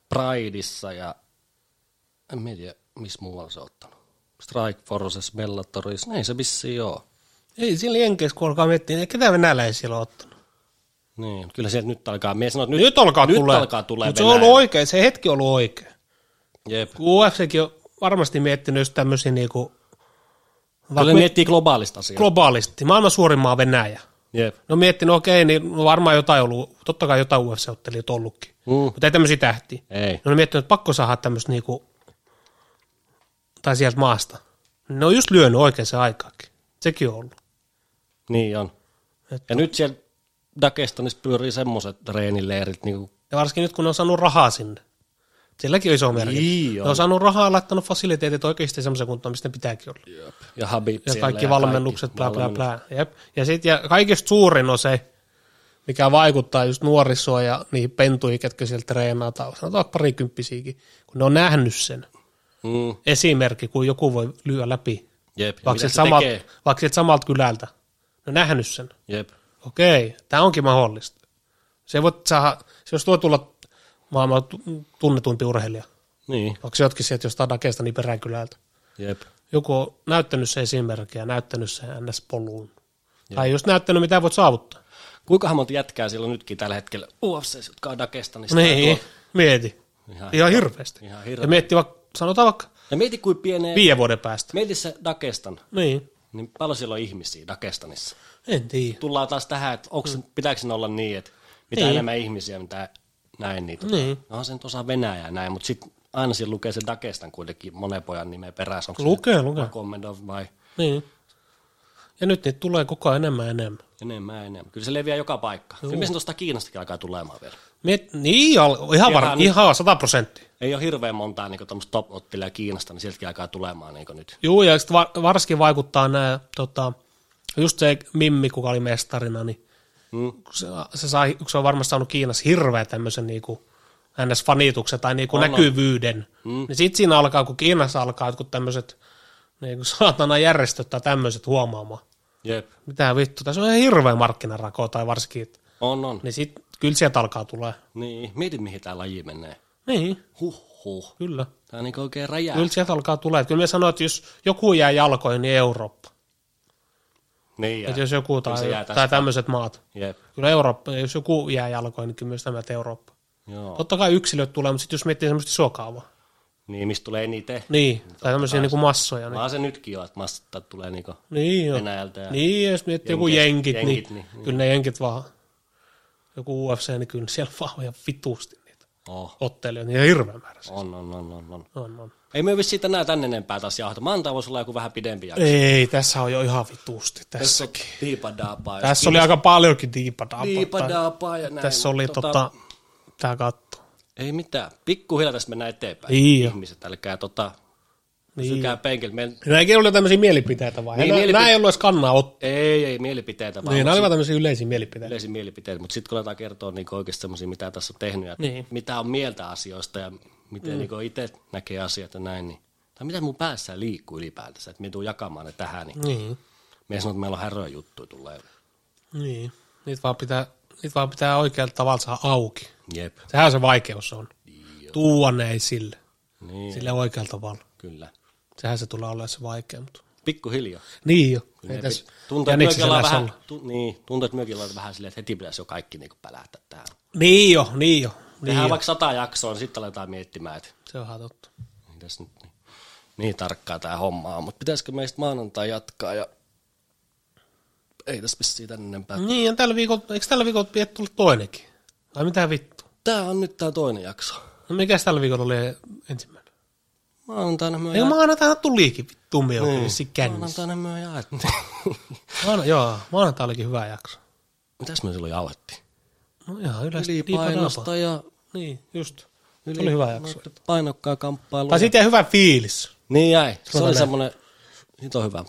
Prideissa ja en mä tiedä, missä muualla se on ottanut. Strike Forces, Bellatorissa, ei se vissiin oo. Ei sillä jenkeissä, kun alkaa miettiä, niin ketä venäläisiä siellä on ottanut. Niin, kyllä sieltä nyt alkaa. Mie sanoin, että nyt, Nyt alkaa nyt tulee. alkaa tulee Mutta se on ollut oikein, se hetki on ollut oikein. Jep. Kun UFCkin on varmasti miettinyt just tämmöisiä niinku, Kyllä vaikka mi- miettii globaalista asiaa. globaalisti, maailman suurin maa Venäjä. Jep. No miettinyt, okei, niin varmaan jotain ollut, totta kai jotain UFC-ottelijat ollutkin, Mm. mutta ei tämmöisiä tähtiä. Ei. No Ne on miettinyt, että pakko saada tämmöistä niinku, tai sieltä maasta. Ne on just lyönyt oikein se aikaakin. Sekin on ollut. Niin on. Et- Ja nyt siellä Dagestanissa pyörii semmoiset treenileirit, niin kuin, Ja varsinkin nyt, kun ne on saanut rahaa sinne. Silläkin on iso merkitys. Niin ne on. on saanut rahaa ja laittanut fasiliteetit oikeasti semmoisen kuntoon, mistä ne pitääkin olla. ja habit Ja siellä kaikki valmennukset, kaikki bla bla valmennukset. bla. Jep. Ja, sit, ja kaikista suurin on se, mikä vaikuttaa just nuorisoon ja niihin pentuihin, ketkä siellä treenaa, tai sanotaan parikymppisiäkin, kun ne on nähnyt sen. Mm, Esimerkki, kun joku voi lyödä läpi, jep, ja vaikka mitä sieltä se samalta, tekee? vaikka sieltä samalta kylältä. Ne on nähnyt sen. Jep. Okei, tämä onkin mahdollista. Se voi saada, se jos tuo tulla maailman tu- tunnetuimpi urheilija, Niin, vaikka se jotkin sieltä jostain dakeesta niin peräkylältä. jep. Joku on näyttänyt se esimerkkiä, näyttänyt sen NS-poluun. Tai just näyttänyt, mitä voit saavuttaa. Kuinkahan monta jätkää siellä on nytkin tällä hetkellä UFC, jotka on Dagestanista? Niin, Tuo- mieti. Ihan, Ihan hirveästi. ihan Ja hirveä. mietti vaikka, sanotaan vaikka Ja mieti kuin pieneen, viiden vuoden päästä. mieti se Dagestan, Niin, niin paljon siellä on ihmisiä Dagestanissa. en tiedä. Tullaan taas tähän, että onks, pitääkö sen olla niin, että mitä Mm. Niin. enemmän ihmisiä, mitä näin, niin, tota, Niin. niin. onhan se nyt osa Venäjää näin, mutta sitten aina siellä lukee se Dagestan kuitenkin monen pojan nimen perässä. Onko Lukee, se lukee. Komendov vai Niin. Ja nyt niitä tulee koko ajan enemmän ja enemmän. enemmän, enemmän. Kyllä se leviää joka paikka. Kyllä me sen tuosta Kiinastakin alkaa tulemaan vielä. Miet, niin, al- ihan, var, Ihan- ihan 100 prosenttia. Ei ole hirveän montaa niin tämmöistä top-ottilia Kiinasta, niin sieltäkin alkaa tulemaan niin nyt. Juu, ja sit va- varsinkin vaikuttaa nämä, tota, just se Mimmi, kuka oli mestarina, niin Mm. se, se, sai, se on varmasti saanut Kiinassa hirveä tämmöisen niinku, NS-fanituksen tai niinku näkyvyyden. Mm. Niin sit siinä alkaa, kun Kiinassa alkaa jotkut tämmöiset niinku, saatana järjestöt tai tämmöiset huomaamaan. Jep. Mitä vittu, tässä on ihan hirveä markkinarako tai varsinkin, että- On, on. niin sit kyllä sieltä alkaa tulee. Niin, mieti mihin tämä laji menee. Niin, Huhhuh. kyllä. Tämä on niin oikein räjää. Kyllä sieltä alkaa tulee. Kyllä me sanoin, että jos joku jää jalkoihin, niin Eurooppa. Niin, Että jää. jos joku tai, se jää tai tästä. tämmöiset maat. Jep. Kyllä Eurooppa, jos joku jää jalkoihin, niin kyllä myös tämä että Eurooppa. Joo. Totta kai yksilöt tulee, mutta sitten jos miettii semmoista isoa kaavaa. Niin, mistä tulee eniten. Niin, tai tämmöisiä niinku massoja. Niin, Vaan se nytkin jo, että massat tulee niin niin joo. Venäjältä. Ja... Niin, jos miettii joku jenkit, Jenkit- jenkit jenkit, niin, niin, niin, kyllä ne jenkit vaan, joku UFC, niin kyllä siellä vaan ihan vitusti niitä Oh, ottelijoita, niin ihan hirveä määrä. se on, on, on, on, on. On, on. Ei me vissi tänään tänne enempää taas jauhata. Maanantai voisi olla joku vähän pidempi jakso. Ei, tässä on jo ihan vitusti. Tässä, Diipadaapaa. ja- tässä oli aika paljonkin diipadaapaa. Diipadaapaa ja näin. Tässä oli mutta tota, tota tää katto. Ei mitään. Pikkuhiljaa tästä mennään eteenpäin. Niin jo. Ihmiset, älkää tota, Niin. pysykää penkillä. Meidän... Nämäkin oli tämmöisiä mielipiteitä vaan. Niin, Niin, mielipite- mielipite- nämä ei ollut edes kannaa ottaa. Ei, ei mielipiteitä, vaan Niin, niin, nämä olivat tämmöisiä yleisiä mielipiteitä. yleisiä mielipiteitä, mutta sitten kun aletaan kertoa niin oikeasti semmoisia, mitä tässä on tehnyt ja Niin. mitä on mieltä asioista ja miten mm. niin itse näkee asiat ja näin, niin, tai mitä mun päässä liikkuu ylipäätänsä, että me tuun jakamaan ne tähän, niin Niin, me sanotaan, että meillä on häröä juttuja tulee. niin. Niitä vaan pitää, niitä vaan pitää oikealla tavalla saada auki. Jep. Sehän se vaikeus on. Joo. Tuua ne esille. Niin, Sille oikealla tavalla. kyllä. Sehän se tulee olemaan se vaikea. Mutta... Pikkuhiljaa. Niin jo. Ei Ne tässä pit- Tuntuu, että jäniksessä myökin ollaan näissä vähän, olla. tu, niin, tuntuu, että myökin ollaan vähän silleen, että heti pitäisi jo kaikki niin pälähtää tähän. Niin jo, niin jo. Niin Tehdään jo. vaikka sata jaksoa, niin sitten aletaan miettimään, että Se on ihan totta. niin tässä nyt niin, niin tarkkaa tämä homma on, mutta pitäisikö meistä maanantai jatkaa ja ei tässä vissiin tän enempää. Mm. Niin, ja tällä viikolla, eikö tällä viikolla pidä tulla toinenkin? Tai mitä vittu? Tää on nyt tää toinen jakso. No mikäs tällä viikolla oli ensimmäinen? Maanantaina myö Eikö ja... maanantaina tulikin vittu me on kännissä. Maanantaina myö jaettiin. Niin. Maana, joo, maanantai olikin hyvä jakso. Mitäs me silloin jauhettiin? No ihan yleensä Ylipainosta ja... Niin, just. Yli, oli hyvä jakso. noiden Painokkaa kamppailua. Tai siitä jäi hyvä fiilis. Niin jäi. Se oli näin. semmonen... Nyt on hyvä.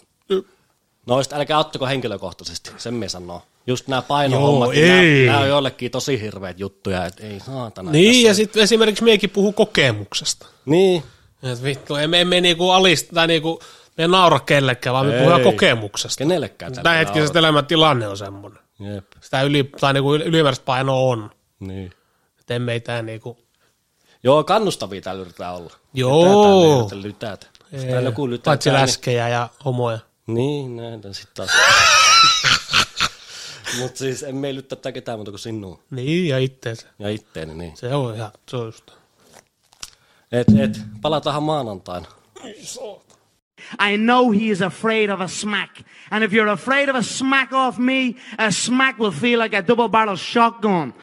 Noista älkää ottako henkilökohtaisesti, sen me sanoo. Just nämä painohommat, Joo, ei. niin nämä, nämä on joillekin tosi hirveät juttuja, että ei saatana. Niin, ja sitten esimerkiksi meikin puhuu kokemuksesta. Niin, Et vittu, emme, emme niinku alista, tai niinku, me ei naura kellekään, vaan me Ei. puhutaan kokemuksesta. kenellekään tällä Tämän hetkisen elämäntilanne on semmoinen. Jep, Sitä yli, tai niinku yl- ylimääräistä painoa on. niin. Et emme tää niinku, Joo, kannustavia täällä yritetään olla. Joo. Lytätään, täällä lytätä. Jos täällä joku lytää. paitsi täällä, läskejä ja homoja. Niin, niin näin tän sitten taas. Mutta siis emme ei lyttää tää ketään muuta kuin sinua Niin, ja itteensä. ja itteeni. Niin. Se on ihan, se on just. Et, et, palataan maanantaina. I know he is afraid of a smack. And if you're afraid of a smack off me, a smack will feel like a double barrel shotgun.